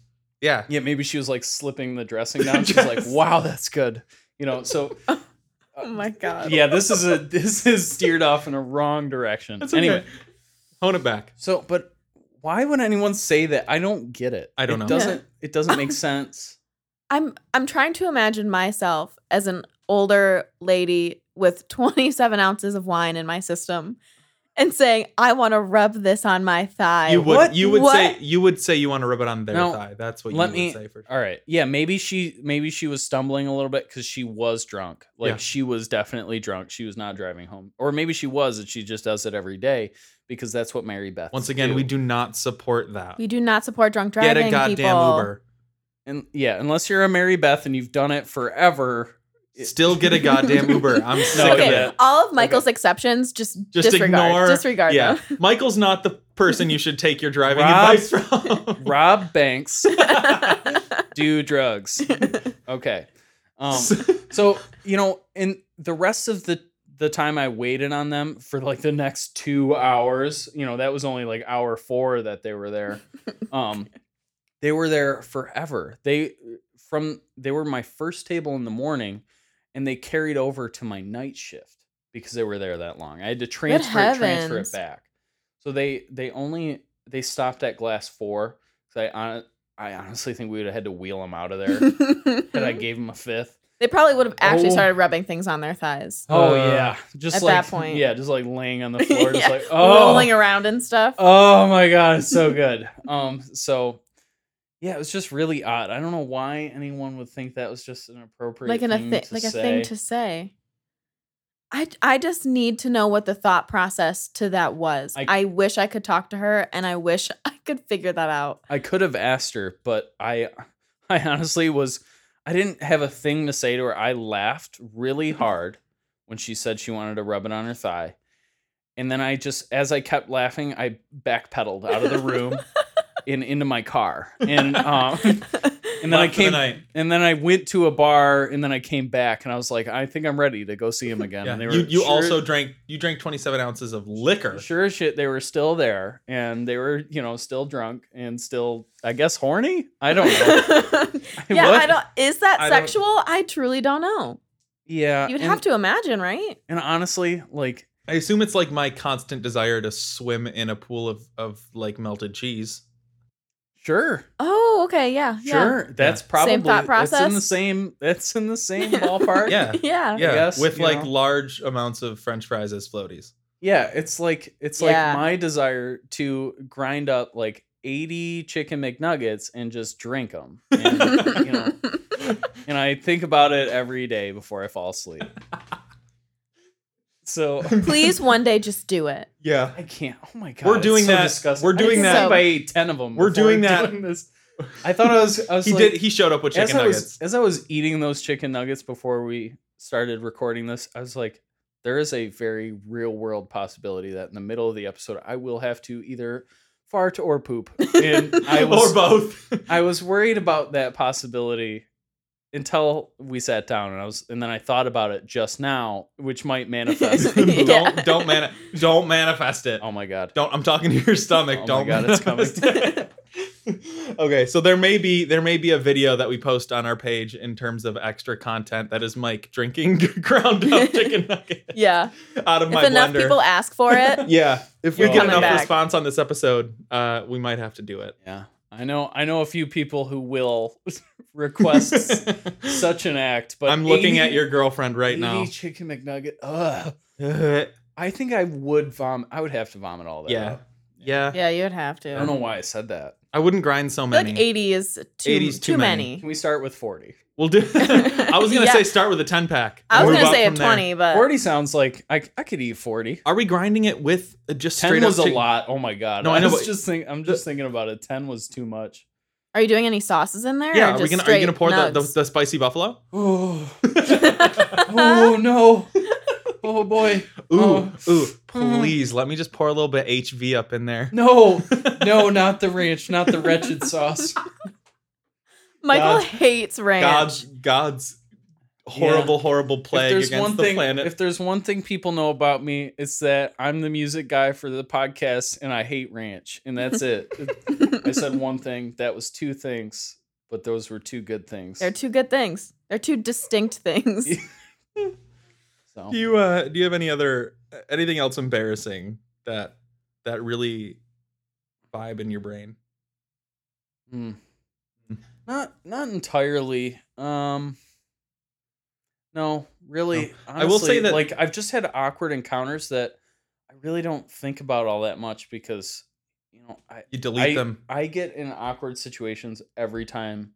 Yeah. yeah, maybe she was like slipping the dressing down. She's like, Yes. wow, that's good, you know. So Oh my god. yeah, this is a this is steered off in a wrong direction. That's okay. anyway, Hone it back. So, but why would anyone say that? I don't get it. I don't it know. Doesn't it doesn't make sense? I'm I'm trying to imagine myself as an older lady with 27 ounces of wine in my system and saying, I want to rub this on my thigh. You would. what- You would say. what? You would say you want to rub it on their No, thigh. That's what you let would me- say for sure. All right. Yeah, maybe she maybe she was stumbling a little bit cuz she was drunk. Like Yeah. she was definitely drunk. She was not driving home. Or maybe she was and she just does it every day because that's what Mary Beth Once again, we do not support that. We do not support drunk Get driving. a goddamn people. Uber. And yeah, unless you're a Mary Beth and you've done it forever, It- Still get a goddamn Uber. I'm sick No, of okay, it. yeah. all of Michael's exceptions, just, Just disregard, ignore. disregard yeah. them. Michael's not the person you should take your driving Rob- advice from. Rob Banks do drugs. Okay. Um, so you know, in the rest of the the time I waited on them for like the next two hours, you know, that was only like hour four that they were there. Um, they were there forever. They from they were my first table in the morning, and they carried over to my night shift because they were there that long. I had to transfer it, transfer heavens. it back. So they they only they stopped at glass four. So I hon- I honestly think we would have had to wheel them out of there. That I gave them a fifth. they probably would have actually Oh. started rubbing things on their thighs. Uh, just at like, that point. yeah, just like laying on the floor, just Yeah, like oh, Rolling around and stuff. oh my god, it's so good. um, so yeah, it was just really odd. I don't know why anyone would think that was just an appropriate like thing an a thi- to like say. a thing to say. I I just need to know what the thought process to that was. I- I, wish I could talk to her, and I wish I could figure that out. I could have asked her, but I I honestly was I didn't have a thing to say to her. I laughed really hard when she said she wanted to rub it on her thigh. And then I just as I kept laughing, I backpedaled out of the room and into my car. And um and then I Left for the came night. and then I went to a bar and then I came back and I was like, I think I'm ready to go see him again. Yeah. And they were you you sure- also drank you drank 27 ounces of liquor. sure as shit they were still there and they were, you know, still drunk and still I guess horny? I don't know. yeah, What? I don't. Is that I don't- sexual? I truly don't know. Yeah. You'd Uh, and- have to imagine, right? And honestly, like, I assume it's like my constant desire to swim in a pool of of like melted cheese. sure, Oh, okay, yeah, yeah, sure, that's probably Same thought That's in the process? same. That's in the same ballpark. Yeah. yeah. Yeah, guess, with you like know. large amounts of French fries as floaties. yeah. It's like it's Yeah. like my desire to grind up like eighty chicken McNuggets and just drink them. And, you know, and I think about it every day before I fall asleep. So Please, one day, just do it. Yeah, I can't. Oh my god, We're it's doing so that- Disgusting. we're I doing can't that- believe I ate ten of them. We're before doing that- doing this. I thought I was. I was he like, did. He showed up with chicken as I nuggets. was as I was eating those chicken nuggets before we started recording this, I was like, there is a very real world possibility that in the middle of the episode, I will have to either fart or poop, and I was or both. I was worried about that possibility until we sat down, and I was and then I thought about it just now, which might manifest. Yeah. don't don't mani- don't manifest it. oh my god! Don't. I'm talking to your stomach. Oh my don't. God, it's coming. manifest it. okay, so there may be there may be a video that we post on our page in terms of extra content that is Mike drinking ground up chicken nuggets Yeah. out of If my enough blender. people ask for it, yeah, if we You're get coming enough back. response on this episode, uh, we might have to do it. Yeah, I know. I know a few people who will request such an act, but I'm looking at 80 your girlfriend right 80 now. Chicken McNugget. Ugh. yeah, I think I would vom. I would have to vomit all that. out. yeah. yeah, you would have to. I don't know why I said that. I wouldn't grind so I feel many. like 80 is too, 80 is too, too many. many. Can we start with forty? We'll do. I was gonna Yeah. say start with a ten pack. I was Move going to up say a from there. 20, but Forty sounds like I, I could eat forty. Are we grinding it with uh, just Ten straight was up a chick- lot. Oh my god. No, I know, was but- just think. I'm just thinking about it. Ten was too much. are you doing any sauces in there? or Yeah, are we just gonna are you gonna straight pour the, the nugs? the spicy buffalo? Oh. oh no. Oh boy. Ooh, mm-hmm. Oh. ooh, please let me just pour a little bit HV up in there. No. No, not the ranch. Not the wretched sauce. Michael God- hates ranch. God's God's horrible, horrible plague against one the thing, planet. If there's one thing people know about me, it's that I'm the music guy for the podcast and I hate ranch. And that's it. I said one thing. That was two things, but those were two good things. They're two good things. They're two distinct things. Yeah. so do you uh do you have any other anything else embarrassing that that really vibe in your brain? hmm. Mm. not not entirely. Um no, really. I will say honestly, that- like I've just had awkward encounters that I really don't think about all that much because you know, I You delete I, them. I get in awkward situations every time,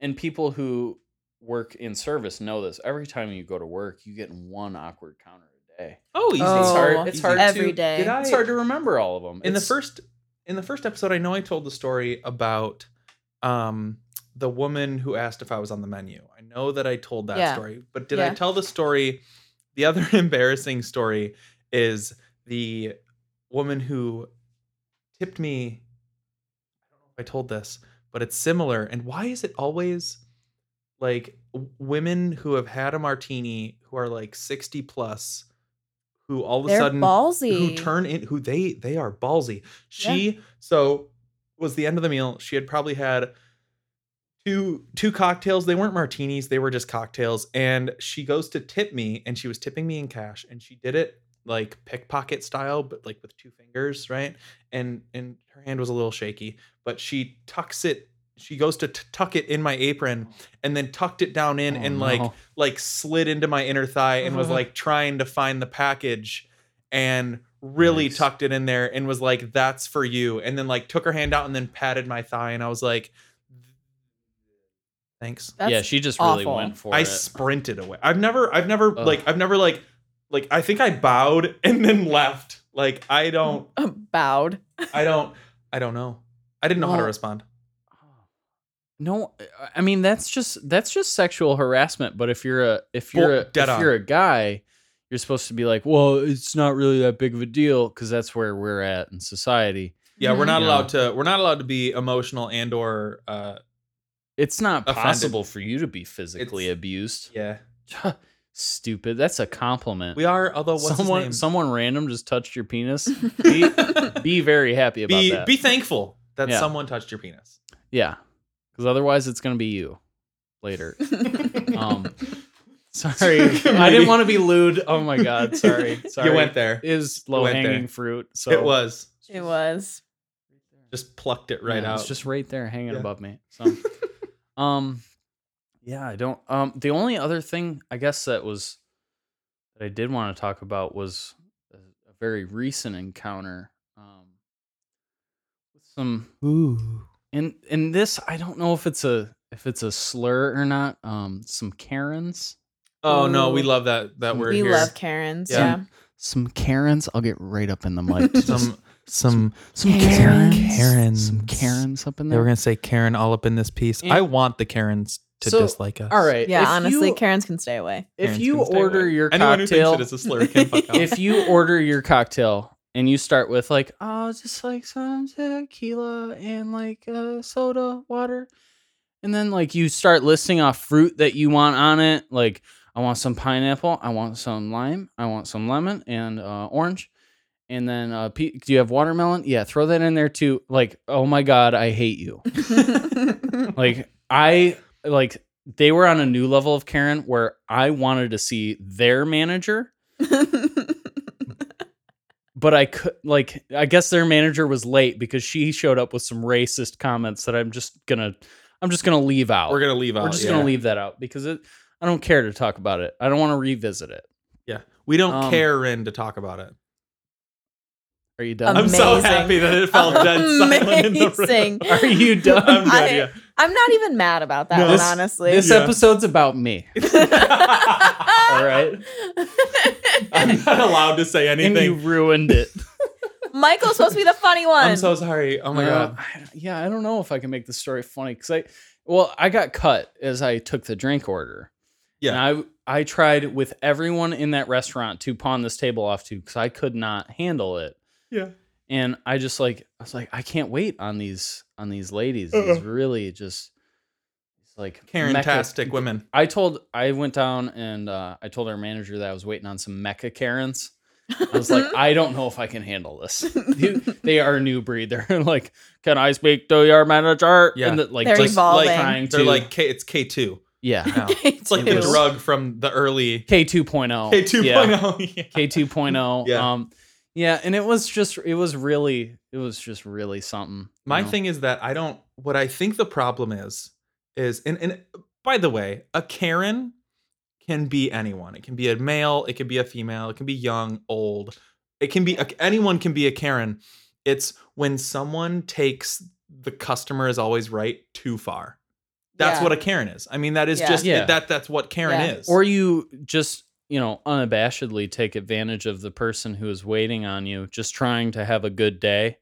and people who work in service know this. Every time you go to work, you get in one awkward counter a day. Oh, easy. it's Oh, hard. It's easy. hard every to, day. Did I- it's hard to remember all of Um, them. in the It's- first in the first episode i know i told the story about um the woman who asked if I was on the menu. I know that I told that Yeah. story, but did I Yeah. tell the story? The other embarrassing story is the woman who tipped me. I don't know if I told this, but it's similar. And why is it always like w- women who have had a martini who are like 60 plus who all of a They're sudden ballsy. who turn in who they they are ballsy. She so was the end of the meal. She had probably had two two cocktails. They weren't martinis, they were just cocktails. And she goes to tip me and she was tipping me in cash and she did it like pickpocket style but like with two fingers, right? And and her hand was a little shaky, but she tucks it she goes to t- tuck it in my apron and then tucked it down in Oh, and like no. like slid into my inner thigh and was like trying to find the package and really Nice. tucked it in there and was like that's for you and then like took her hand out and then patted my thigh and I was like thanks That's yeah, she just really awful. went for I it. sprinted away I've never I've never Ugh. like I've never like like I think I bowed and then left like I don't bowed. I don't I don't know I didn't know how to Well, respond no, I mean that's just that's just sexual harassment. But if you're a if you're Bull- a, dead if on. you're a guy, you're supposed to be like, well, it's not really that big of a deal because that's where we're at in society. yeah we're not Yeah. allowed to we're not allowed to be emotional and or uh It's not Offended. possible for you to be physically It's- abused. yeah Stupid. That's a compliment. we are although what's someone his name? someone random just touched your penis. Be, be very happy about be, that. be thankful that Yeah. someone touched your penis. yeah, because otherwise it's gonna be you later. Oh. Um, sorry, I didn't want to be lewd. Oh my god, sorry, sorry. You went there. Uh, It, is low went hanging there. fruit. So was it was. just plucked it right yeah, out. It's just right there, hanging Yeah. above me. So, um, yeah, I don't. Um, the only other thing I guess that was that I did want to talk about was a, a very recent encounter. Um, with some ooh. and and this I don't know if it's a if it's a slur or not. Um, some Karens. Oh no, Ooh. we love that that word we here. love Karens. Yeah. Yeah. Some Karens. I'll get right up in the mic. to just- some some. some Karens. Some Karens. Karens up in They there. were gonna say Karen all up in this piece. Yeah. I want the Karens to So, dislike us. All right. Yeah, if honestly, you- Karens can stay away. if Karens you can stay order away. your Anyone who cocktail, thinks it is a slur can fuck off. if you order your cocktail and you start with like, oh, just like some tequila and like uh, soda water, and then like you start listing off fruit that you want on it, like I want some pineapple, I want some lime, I want some lemon and uh, orange. And then, uh, pe- do you have watermelon? Yeah, throw that in there too. Like, oh my god, I hate you. like I like they were on a new level of Karen where I wanted to see their manager, but I could like I guess their manager was late because she showed up with some racist comments that I'm just gonna I'm just gonna leave out. we're gonna leave out. We're just yeah. gonna leave that out because it I don't care to talk about it. I don't want to revisit it. Yeah, we don't Um, Karen to talk about it. Are you done? I'm so Amazing. happy that it fell dead silent in the room. Amazing. Are you done? I'm done. I- yeah. I'm not even mad about that No. one, This- honestly. This Yeah. episode's about me. All right, I'm not allowed to say and you anything. ruined it. Michael's supposed to be the funny one. I'm so sorry. Oh my Uh, god. I don't- yeah, I don't know if I can make this story funny because I, well, I got cut as I took the drink order. Yeah. And I I tried with everyone in that restaurant to pawn this table off to because I could not handle it, Yeah. and I just like I was like I can't wait on these on these ladies. Uh-uh. These really just it's like Karen-tastic mecha- women. I told I went down and uh, I told our manager that I was waiting on some mecha Karens. I was Mm-hmm. like, I don't know if I can handle this. You- they are a new breed. They're like, can I speak to your manager? Yeah. and the, like They're just evolving. like trying to They're like K, it's K two. yeah, now. It's like It the is. drug from the early K two point oh, K two yeah, Yeah. K two point oh, Yeah. um, yeah. And it was just, it was really, it was just really something. you My know? thing is that I don't. What I think the problem is is, and and by the way, a Karen can be anyone. It can be a male. It can be a female. It can be young, old. It can be anyone can be a Karen. It's when someone takes the customer is always right too far. That's Yeah. what a Karen is. I mean, that is Yeah. just Yeah. that. That's what Karen Yeah. is. or you just you know unabashedly take advantage of the person who is waiting on you just trying to have a good day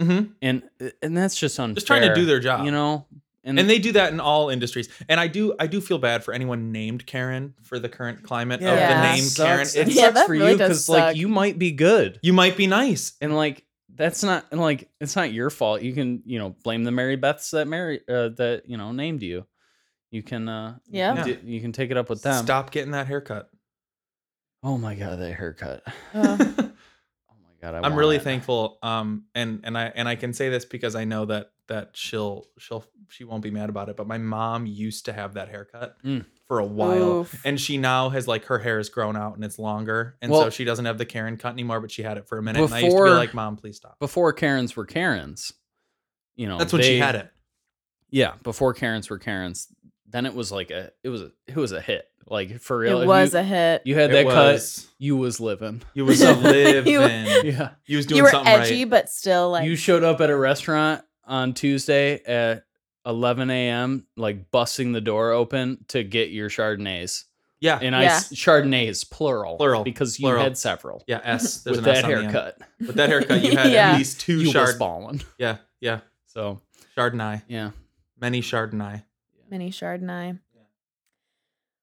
Mhm. and and that's just unfair just trying to do their job. you know and they do that in all industries and i do i do feel bad for anyone named karen for the current climate of Yeah. the Yeah. name sucks. karen It it's Yeah, sucks that for really you does because like suck. you might be good, you might be nice and like that's not and like it's not your fault. You can you know blame the Mary Beths that Mary uh, that you know named you. You can uh you Yeah. can do- you can take it up with them. stop getting that haircut Oh my god, that haircut. Ugh. Oh my god, I i'm want really it. thankful um and and i and i can say this because i know that that she'll she'll she won't be mad about it but my mom used to have that haircut Mm. for a while Oof. and she now has like her hair has grown out and it's longer and so Well- she doesn't have the karen cut anymore but she had it for a minute and i used to be Before- like mom please stop Before Karens were Karens, you know that's when she they- had it Yeah, before Karens were Karens, then it was like a it was a, it was a hit. Like for real, it if was you, a hit. you had It that cut. was- You was living. you was You- living Yeah, you was doing You were something right edgy, but still like you showed up at a restaurant on Tuesday at 11 a.m. like busting the door open to get your chardonnays, Yeah. and I s- chardonnays plural, Plural, because you plural. had several yeah. S. There's with an S that on the end. haircut. With that haircut, you had Yeah. at least two You was shard. balling. Yeah. Yeah. So Chardonnay. yeah, Many Chardonnay. mini Chardonnay.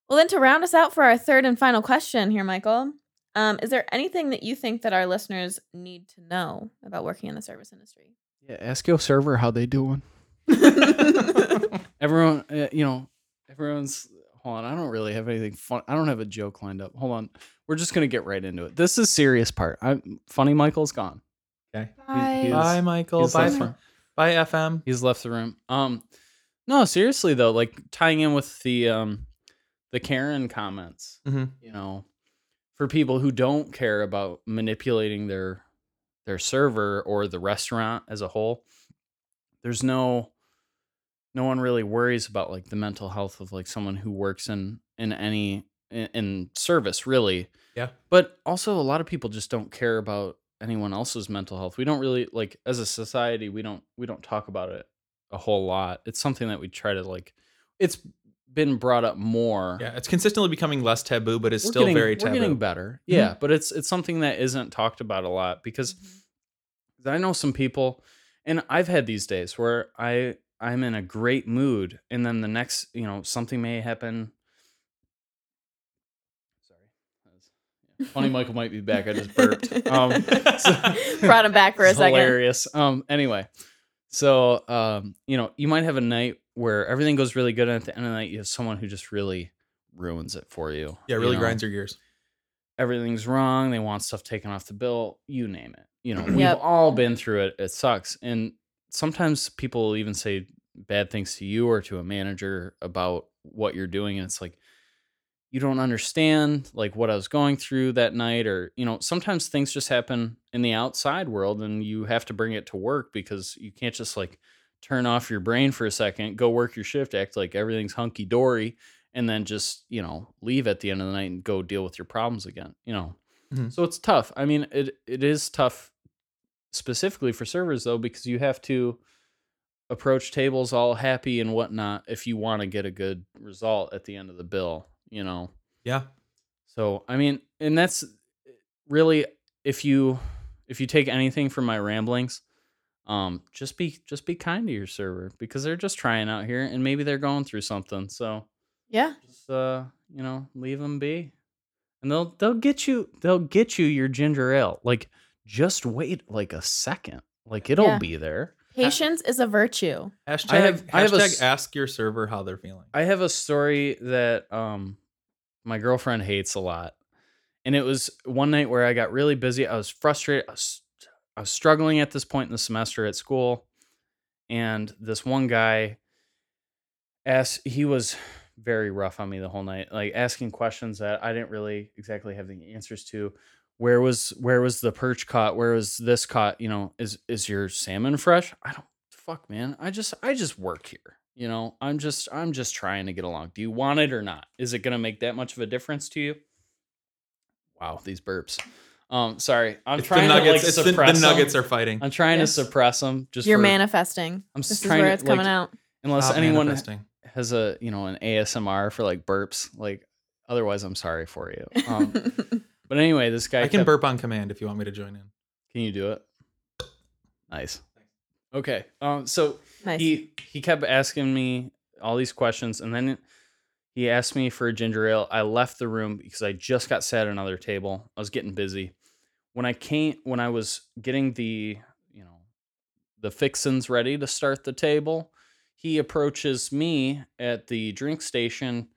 Well, then to round us out for our third and final question here, Michael, um, is there anything that you think that our listeners need to know about working in the service industry? yeah. Ask your server how they doing. everyone uh, you know everyone's hold on i don't really have anything fun i don't have a joke lined up hold on we're just gonna get right into it this is serious part i'm funny michael's gone okay. He- Bye. he's- Bye, Michael. he's Bye, left- fr- bye, FM. he's left the room um no seriously though like tying in with the um the karen comments Mhm. you know for people who don't care about manipulating their their server or the restaurant as a whole there's no no one really worries about like the mental health of like someone who works in in any in, in service really Yeah. but also a lot of people just don't care about anyone else's mental health we don't really like as a society we don't we don't talk about it a whole lot it's something that we try to like it's been brought up more Yeah. It's consistently becoming less taboo, but it's still getting, very taboo. Mm-hmm. We're getting better, yeah, but it's it's something that isn't talked about a lot because Mm-hmm. I know some people, and I've had these days where I I'm in a great mood, and then the next you know something may happen. Sorry, That was- yeah. funny. Michael might be back. I just burped. Um, so- Brought him back for a it's second. hilarious. Um, anyway, so um, you know, you might have a night where everything goes really good, and at the end of the night, you have someone who just really ruins it for you. yeah. Really you know? grinds your gears. everything's wrong. They want stuff taken off the bill. You name it. You know, we've Yep. all been through it. It sucks. And sometimes people will even say bad things to you or to a manager about what you're doing. And it's like, you don't understand like what I was going through that night. Or, you know, sometimes things just happen in the outside world and you have to bring it to work because you can't just like turn off your brain for a second, go work your shift, act like everything's hunky dory and then just you know leave at the end of the night and go deal with your problems again you know Mhm. so it's tough i mean it it is tough specifically for servers though because you have to approach tables all happy and whatnot if you want to get a good result at the end of the bill you know Yeah. so I mean, and that's eh, really if you if you take anything from my ramblings, um, just be just be kind to your server because they're just trying out here and maybe they're going through something. So Yeah. just uh, you know, leave them be, and they'll they'll get you they'll get you your ginger ale. Like just wait like a second, like it'll Yeah. be there. Patience is a virtue. Hashtag, I have- hashtag I have a s- ask your server how they're feeling. I have a story that um my girlfriend hates a lot. And it was one night where I got really busy. I was frustrated. I was, I was struggling at this point in the semester at school. And this one guy asked, he was very rough on me the whole night, like asking questions that I didn't really exactly have the answers to. Where was where was the perch caught? Where was this caught? You know, is is your salmon fresh? I don't fuck man i just i just work here you know i'm just i'm just trying to get along do you want it or not is it going to make that much of a difference to you wow these burps um sorry i'm It's the trying to nuggets. like it's the- the, suppress nuggets them. are fighting. i'm trying Yes. to suppress them just You're for- manifesting. i'm This just is trying where to, it's like, coming out. unless Stop anyone manifesting. has a you know an asmr for like burps like otherwise i'm sorry for you um but anyway this guy I can kept- burp on command if you want me to join in. can you do it nice Okay. Um. So Nice. he he kept asking me all these questions, and then he asked me for a ginger ale. I left the room because I just got sat at another table. I was getting busy. When I came, when I was getting the you know the fixins ready to start the table, he approaches me at the drink station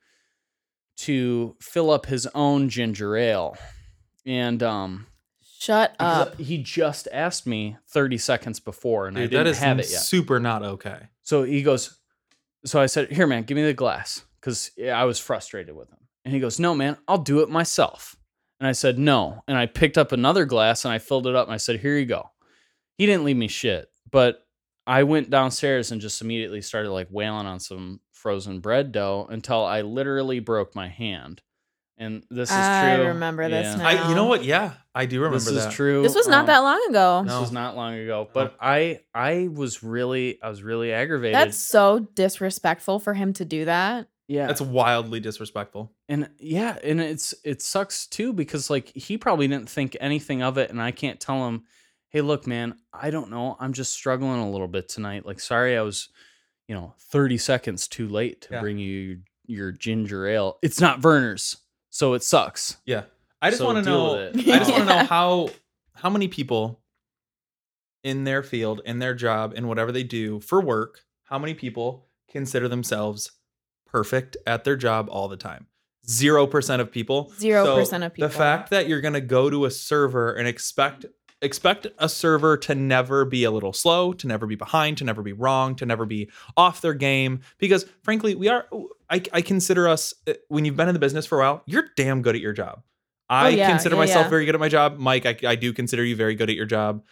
to fill up his own ginger ale, and um. Shut Because up. He just asked me 30 seconds before, and I Dude, didn't that is have it yet. super not okay. So he goes, so I said, here, man, give me the glass, because I was frustrated with him. And he goes, no, man, I'll do it myself. And I said, no. And I picked up another glass and I filled it up. And I said, here you go. He didn't leave me shit, but I went downstairs and just immediately started like wailing on some frozen bread dough until I literally broke my hand. And this is I true. remember this Yeah. now. I you know what? Yeah, I do remember This is that. true. This was not Um, that long ago. No. this was not long ago, but I I was really I was really aggravated. That's so disrespectful for him to do that. yeah, That's wildly disrespectful. and yeah, and it's it sucks too because like he probably didn't think anything of it, and I can't tell him, hey, look, man, I don't know, I'm just struggling a little bit tonight. Like, sorry, I was, you know, thirty seconds too late to Yeah. bring you your ginger ale. It's not Verner's, so it sucks. Yeah. I just So want to deal know I with just it. want to know Yeah. how how many people in their field, in their job, in whatever they do for work, how many people consider themselves perfect at their job all the time? 0% of people. 0% So of people. The fact that you're going to go to a server and expect expect a server to never be a little slow, to never be behind, to never be wrong, to never be off their game because frankly, we are I, I consider us uh, when you've been in the business for a while, you're damn good at your job. I Oh, yeah, consider yeah, myself yeah. very good at my job. Mike, I, I do consider you very good at your job.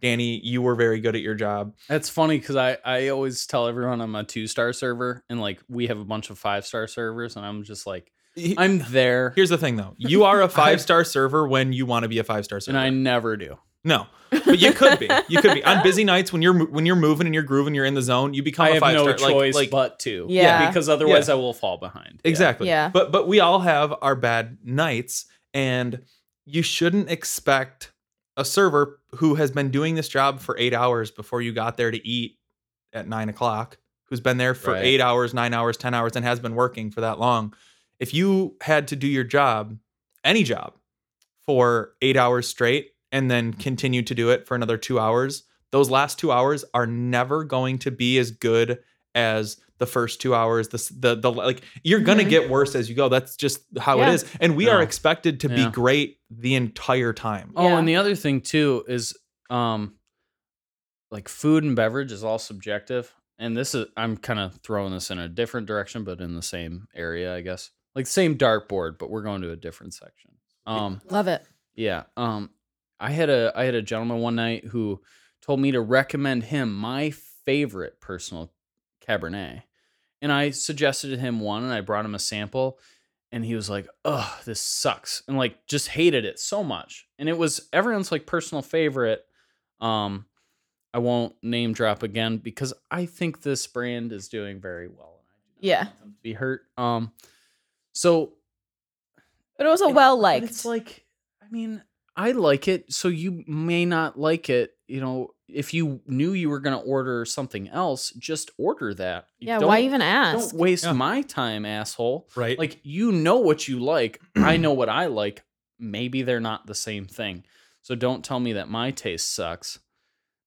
Danny, you were very good at your job. That's funny because I, I always tell everyone I'm a two star server and like we have a bunch of five star servers and I'm just like He- I'm there Here's the thing though. You are a five star server when you want to be a five star server. and I never do. No, but you could be. You could be on busy nights when you're mo- when you're moving and you're grooving, you're in the zone. You become I a have five no star. choice like, like but to. Yeah. because otherwise I will fall behind. Yeah. exactly. Yeah. But but we all have our bad nights, and you shouldn't expect a server who has been doing this job for eight hours before you got there to eat at nine o'clock, who's been there for Right. eight hours, nine hours, ten hours, and has been working for that long. If you had to do your job, any job, for eight hours straight and then continue to do it for another two hours, those last two hours are never going to be as good as the first two hours. The s- the, the like you're gonna Mhm. get worse as you go. That's just how Yeah. it is. And we are Mm-hmm. Yeah. expected to Yeah. be great the entire time. Oh, and Yeah. the other thing too is um like food and beverage is all subjective. And this is I'm kind of throwing this in a different direction, but in the same area, I guess. Like same dartboard, but we're going to a different section. Um Love it. Yeah. Um I had a I had a gentleman one night who told me to recommend him my favorite personal Cabernet. And I suggested to him one and I brought him a sample and he was like, "Ugh, this sucks." And like just hated it so much. And it was everyone's like personal favorite um I won't name drop again because I think this brand is doing very well and I do not Yeah. want them to be hurt. Um so But it was a it- well but liked. It's like, I mean, I like it, so you may not like it. You know, if you knew you were going to order something else, just order that. You yeah, don't- why even Don't ask? waste Yeah. my time, asshole. Right. Like you know what you like. I know what I like. Maybe they're not the same thing. So don't tell me that my taste sucks.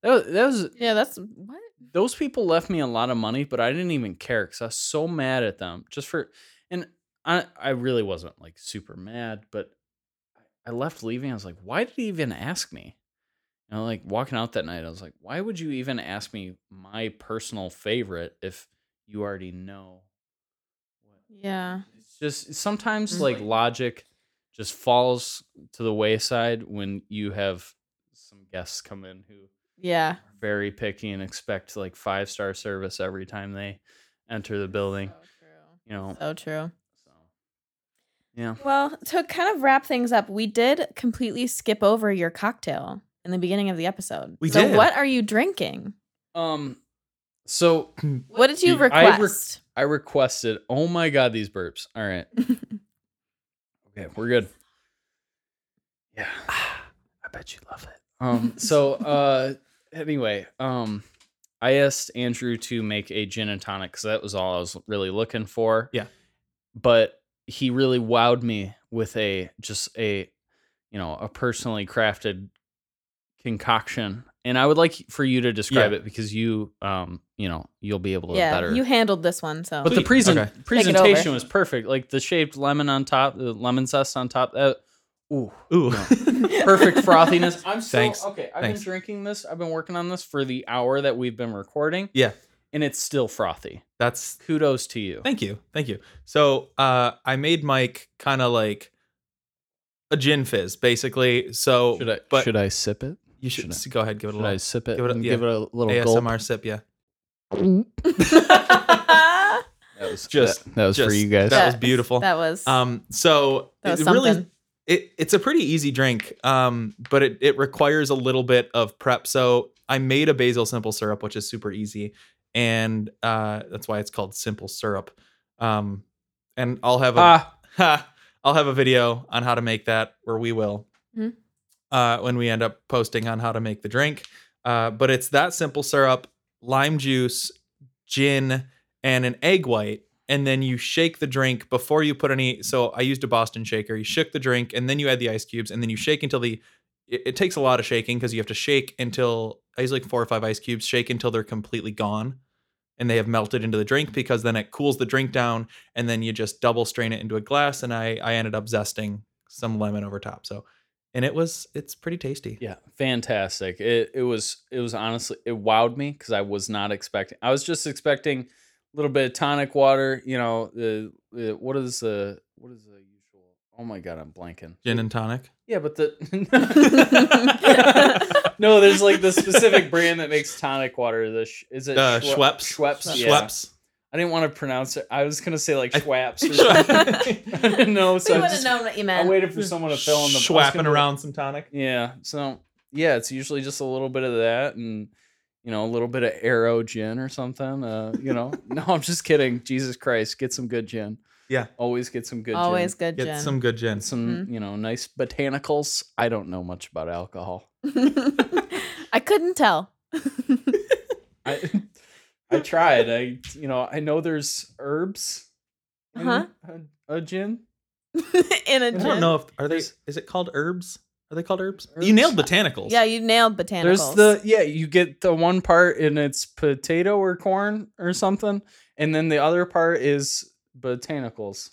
That was, that was Yeah, that's what? those people left me a lot of money, but I didn't even care because I was so mad at them just for, and I I really wasn't like super mad, but I left leaving. I was like, why did he even ask me? And like walking out that night, I was like, why would you even ask me my personal favorite if you already know? Yeah. It's just sometimes Mhm. like logic just falls to the wayside when you have some guests come in who Yeah. are very picky and expect like five star service every time they enter the building. So You know, true. So true. so yeah, Well, to kind of wrap things up, we did completely skip over your cocktail in the beginning of the episode. We so did. what are you drinking? um, so What did you Dude, I re- request? I requested. Oh my god, these burps! All right, okay, we're good. Yeah, I bet you love it. Um, so uh, anyway, um, I asked Andrew to make a gin and tonic because that was all I was really looking for. Yeah. But he really wowed me with a just a, you know, a personally crafted concoction. And I would like for you to describe Yeah. it because you, um, you know, you'll be able to yeah, better. you handled this one, so but the present Okay. presentation over. was perfect. Like the shaved lemon on top, the lemon zest on top. That, ooh, Ooh. perfect frothiness. I'm so Thanks. okay. I've Thanks. been drinking this. I've been working on this for the hour that we've been recording. Yeah. and it's still frothy. That's Kudos to you. Thank you. Thank you. So uh I made Mike kind of like a gin fizz, basically. So Should I but should I sip it? you should, should go ahead, give it a Should I little sip it? give it a- and yeah. give it a little ASMR gulp. sip, yeah. that That was Just- that, that was for just- you guys. that- was beautiful. That was Um so that was it something. really it, it's a pretty easy drink, um, but it, it requires a little bit of prep. So I made a basil simple syrup, which is super easy, and uh, that's why it's called simple syrup. Um, and I'll have a ah, Ha, I'll have a video on how to make that, or we will, Mhm. uh, when we end up posting on how to make the drink. Uh, but it's that simple syrup, lime juice, gin, and an egg white. And then you shake the drink before you put any. So I used a Boston shaker. You shook the drink, and then you add the ice cubes, and then you shake until the. It, it takes a lot of shaking because you have to shake until I use like four or five ice cubes. Shake until they're completely gone, and they have melted into the drink because then it cools the drink down, and then you just double strain it into a glass and i i ended up zesting some lemon over top so and it was it's pretty tasty yeah, fantastic. It it was it was honestly it wowed me because I was not expecting. I was just expecting a little bit of tonic water. You know the, the what is the what is the usual? Oh my god, I'm blanking. gin and tonic Yeah, but the no, there's like the specific brand that makes tonic water. The sh- is it Uh, Schwe- Schweppes. Schweppes. Yeah. schweppes I didn't want to pronounce it. I was gonna say like I- Schwapps. Or something. I didn't know, we so I, would have just, known what you I meant. waited for someone to fill in the I was schwapping gonna- around some tonic Yeah. So yeah, it's usually just a little bit of that and you know a little bit of arrow gin or something. Uh, you know. no, I'm just kidding. Jesus Christ, get some good gin. Yeah. Always get some good. Always gin. good get gin. some good gin And some you know nice botanicals. I don't know much about alcohol. I couldn't tell. I I tried. I you know I know there's herbs. in Huh? A, a gin. In a i gin. don't know if are they There's- is it called herbs are they called herbs, Herbs? you nailed botanicals Yeah, you nailed botanicals. There's the yeah. You get the one part and it's potato or corn or something, and then the other part is botanicals.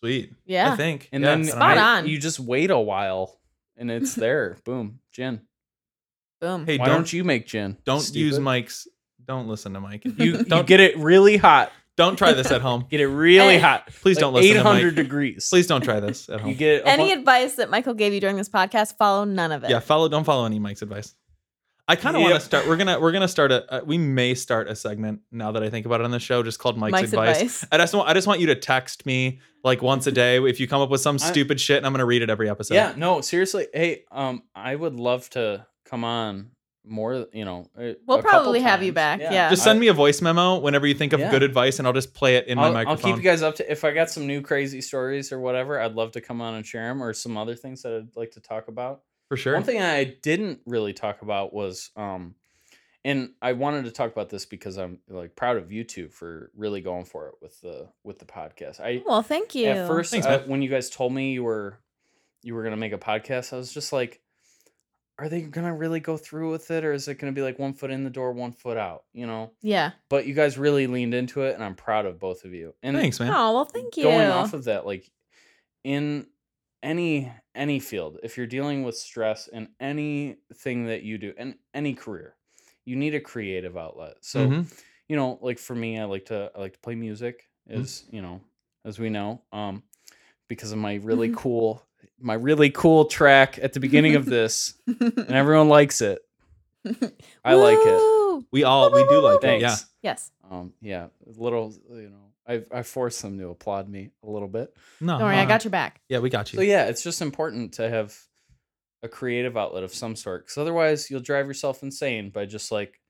sweet i yeah. think And Yeah, then I don't Spot know. on. You just wait a while, and it's there. Boom, gin. Boom. hey Why don't, don't, you make gin? don't use stupid? mike's don't listen to mike You, you don't get it really hot. don't try this at home Get it really Hey. hot. please don't listen Eight to mike hundred degrees. please don't try this at You home get a Any bu- advice that Michael gave you during this podcast, follow none of it. yeah follow don't follow any mike's advice i kind of want Yep. to start we're gonna we're gonna start a uh, we may start a segment now that i think about it on the show just called mike's, Mike's, advice. advice. i just want i just want you to text me like once a day if you come up with some I- stupid shit and i'm gonna read it every episode Yeah, no, seriously. Hey, um, I would love to come on more. You know, a- We'll a couple probably have you back, times. yeah. just send me a voice memo whenever you think of Yeah. good advice and i'll just play it in my I'll, I'll microphone keep you guys up to. If I got some new crazy stories or whatever, I'd love to come on and share them, or some other things that I'd like to talk about. for sure One thing I didn't really talk about was, um, and I wanted to talk about this because I'm like proud of you two for really going for it with the with the podcast. I Well, thank you. at first, Thanks, uh, man. when you guys told me you were you were gonna make a podcast, I was just like, "Are they gonna really go through with it, or is it gonna be like one foot in the door, one foot out?" You know. yeah. But you guys really leaned into it, and I'm proud of both of you. And thanks man Oh well, thank you. Going off of that, like in any any field, if you're dealing with stress in anything that you do, in any career, you need a creative outlet. So Mhm. you know, like for me, I like to I like to play music, Mhm. as you know, as we know, um, because of my really Mhm. cool my really cool track at the beginning of this, and everyone likes it. I like it. Woo! we all we do like that Thanks. yeah Yes. Um, yeah, a little, you know, I I forced them to applaud me a little bit. no Don't worry, Uh-huh. I got your back. yeah we got you So yeah, it's just important to have a creative outlet of some sort, because otherwise you'll drive yourself insane by just like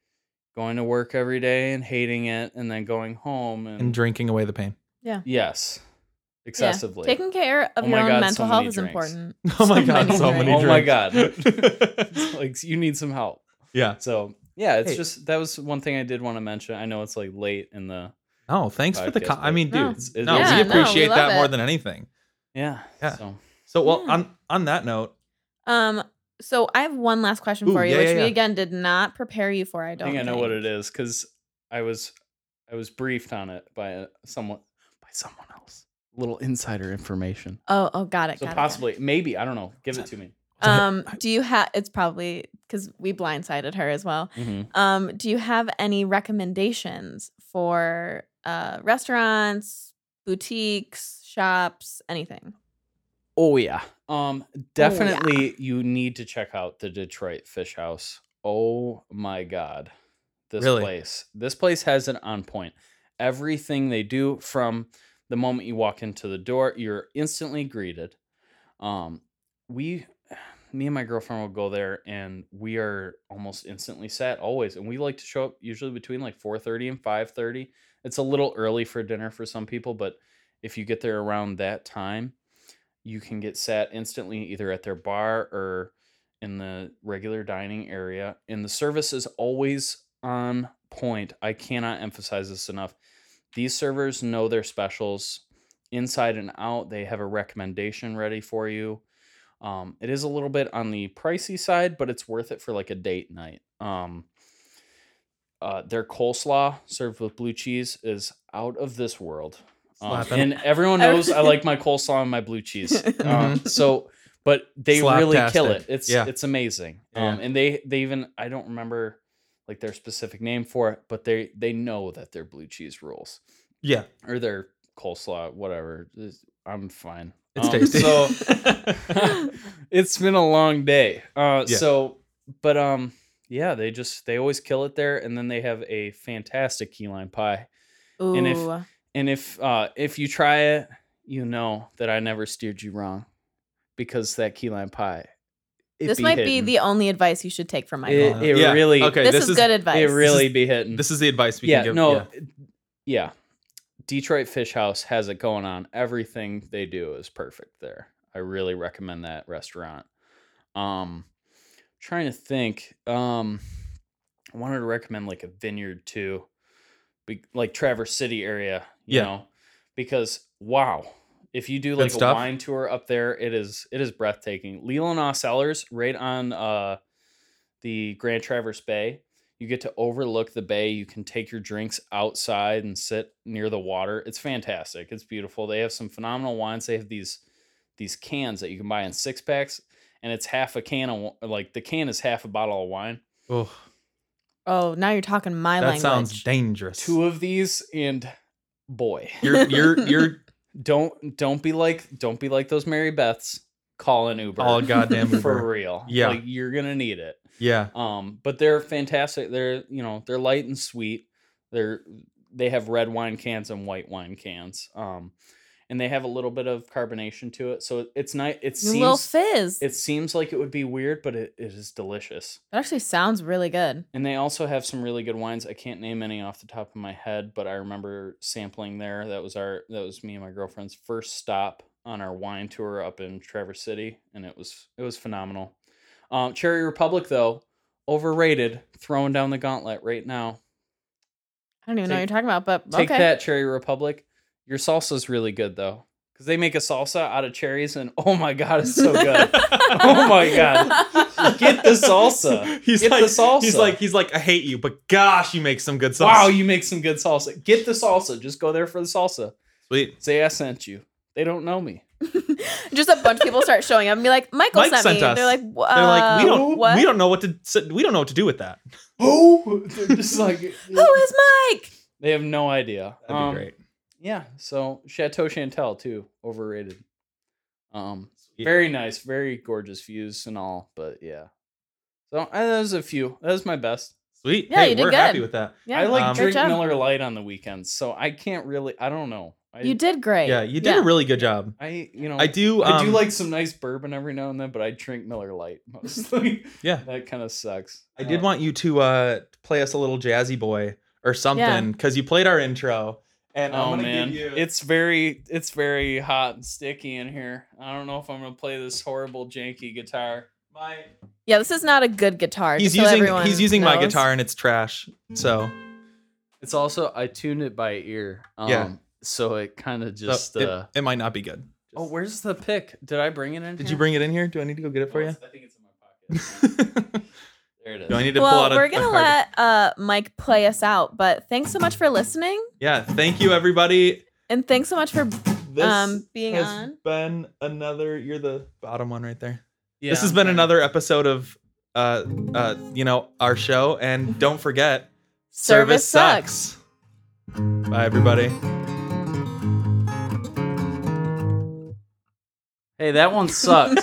going to work every day and hating it, and then going home and, and drinking away the pain yes, Yeah. excessively. Taking care of Oh your my own God, mental so health many is drinks. important. oh my So god many so many drinks. Oh my drinks. It's like you need some help. yeah So yeah, it's Hey. just that was one thing I did want to mention. I know it's like late in the Oh, thanks for the. Podcast, Com- I but- mean, No. dude, It's- it no, is- we Yeah, no, we appreciate love that more it. Hmm. than anything. yeah. Yeah. So So, well, Yeah. on on that note, Um, so I have one last question Ooh, for you, yeah, which yeah, we yeah. again did not prepare you for. I I don't think I know what think. it is because I was I was briefed on it by a- someone by someone else. Little insider information. Oh, oh, got it. So got it, got it. possibly, maybe I don't know. Give it to me. Um, do you have? It's probably because we blindsided her as well. Um, do you have any recommendations for uh restaurants, boutiques, shops, anything? Oh yeah. Um, definitely you need to check out the Detroit Fish House. Oh my god. This Really? place. This place has it on point. Everything they do from the moment you walk into the door, you're instantly greeted. Um, we me and my girlfriend will go there and we are almost instantly sat always and we like to show up usually between like 4:30 and 5:30. It's a little early for dinner for some people, but if you get there around that time, you can get sat instantly either at their bar or in the regular dining area. And the service is always on point. I cannot emphasize this enough. These servers know their specials inside and out. They have a recommendation ready for you. Um, it is a little bit on the pricey side, but it's worth it for like a date night. Um, uh, their coleslaw served with blue cheese is out of this world. Um, Slapping. and everyone knows I like my coleslaw and my blue cheese. Um, Mhm. so, but they really kill Slaptastic. it. It's Yeah. it's amazing. Um, Yeah. and they they even I don't remember like their specific name for it, but they they know that their blue cheese rules yeah, or their coleslaw, whatever. This- I'm fine. it's Um, tasty. So it's been a long day. Uh, Yeah. So, but um, yeah, they just they always kill it there, and then they have a fantastic key lime pie. Ooh, if- And if uh, if you try it, you know that I never steered you wrong, because that key lime pie. it this might be hitting. the only advice you should take from Michael. It, it Yeah. really. Okay, this, this is, is- good advice. It really be hitting. this is the advice we yeah. can give. no. yeah. it- yeah. Detroit Fish House has it going on. Everything they do is perfect there. I really recommend that restaurant. Um trying to think. Um I wanted to recommend like a vineyard too. Be, like Traverse City area, you Yeah. know. Because wow. If you do like a stuff. wine tour up there, it is it is breathtaking. Leelanau Cellars, right on uh the Grand Traverse Bay. You get to overlook the bay. You can take your drinks outside and sit near the water. It's fantastic. It's beautiful. They have some phenomenal wines. They have these these cans that you can buy in six packs, and it's half a can of wa- like the can is half a bottle of wine. Oh, Oh, now you're talking my that language. sounds dangerous. Two of these, and boy, You're you're you're don't don't be like don't be like those Mary Beths. Call an Uber. all goddamn for Uber. real. Yeah. like you're gonna need it. Yeah, Um, but they're fantastic. They're you know they're light and sweet. They're they have red wine cans and white wine cans. Um, and they have a little bit of carbonation to it, so it- it's nice. It Your little seems fizz. it seems like it would be weird, but it, it is delicious. That actually sounds really good. And they also have some really good wines. I can't name any off the top of my head, but I remember sampling there. That was our that was me and my girlfriend's first stop on our wine tour up in Traverse City, and it was it was phenomenal. Um, Cherry Republic though, overrated. Throwing down the gauntlet right now. I don't even know what Take- you're talking about, but Take okay. that, Cherry Republic. Your salsa's really good though, because they make a salsa out of cherries, and oh my god, it's so good. Oh my God. Get the salsa. He's Get the like salsa. He's like he's like I hate you, but gosh, you make some good salsa. Wow, you make some good salsa. Get the salsa. Just go there for the salsa. sweet. Say I sent you. They don't know me. Just a bunch of people start showing up and be like, Michael Mike sent, sent me. us. They're like, They're like we "Uh, don't what? we don't know what to s- we don't know what to do with that. Oh, they're just like Who is Mike? they have no idea. That'd Um, be great. Yeah. So Chateau Chantel too overrated. Um, Yeah. very nice, very gorgeous views and all, but yeah. So uh, that was a few. That was my best. Sweet. Yeah, hey, you did we're good. happy with that. Yeah, I like Um, great drink job. Miller Light on the weekends, so I can't really. I don't know. I, You did great. Yeah, you did a really good job. I you know. I do. I do um, like some nice bourbon every now and then, but I drink Miller Light mostly. Yeah. that kind of sucks. I did Uh, want you to uh play us a little jazzy boy or something because you played our intro and I'm Oh gonna man, give you it's very it's very hot and sticky in here. I don't know if I'm gonna play this horrible janky guitar. My Yeah, this is not a good guitar. he's just so using everyone he's using my knows. guitar and it's trash. So It's also I tuned it by ear. Um, Yeah. So it kind of so just. it, uh, it might not be good. oh, where's the pick? Did I bring it in? Did here? you bring it in here? Do I need to go get it for you? I think it's in my Do There it is. I need to pull Well, out? a- we're a gonna card? let uh Mike play us out, but thanks so much for listening, Yeah. Thank you, everybody. and thanks so much for This um being has on. been another. You're the bottom one right there. Yeah, this has I'm been fine. another episode of uh uh you know our show and don't forget Service sucks. sucks bye everybody Hey, that one sucked.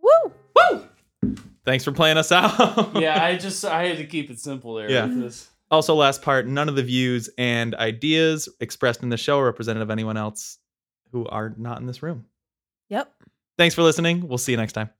Woo! thanks for playing us out yeah, I just I had to keep it simple there. Yeah. With this. also last part none of the views and ideas expressed in the show are representative of anyone else who are not in this room Yep. thanks for listening we'll see you next time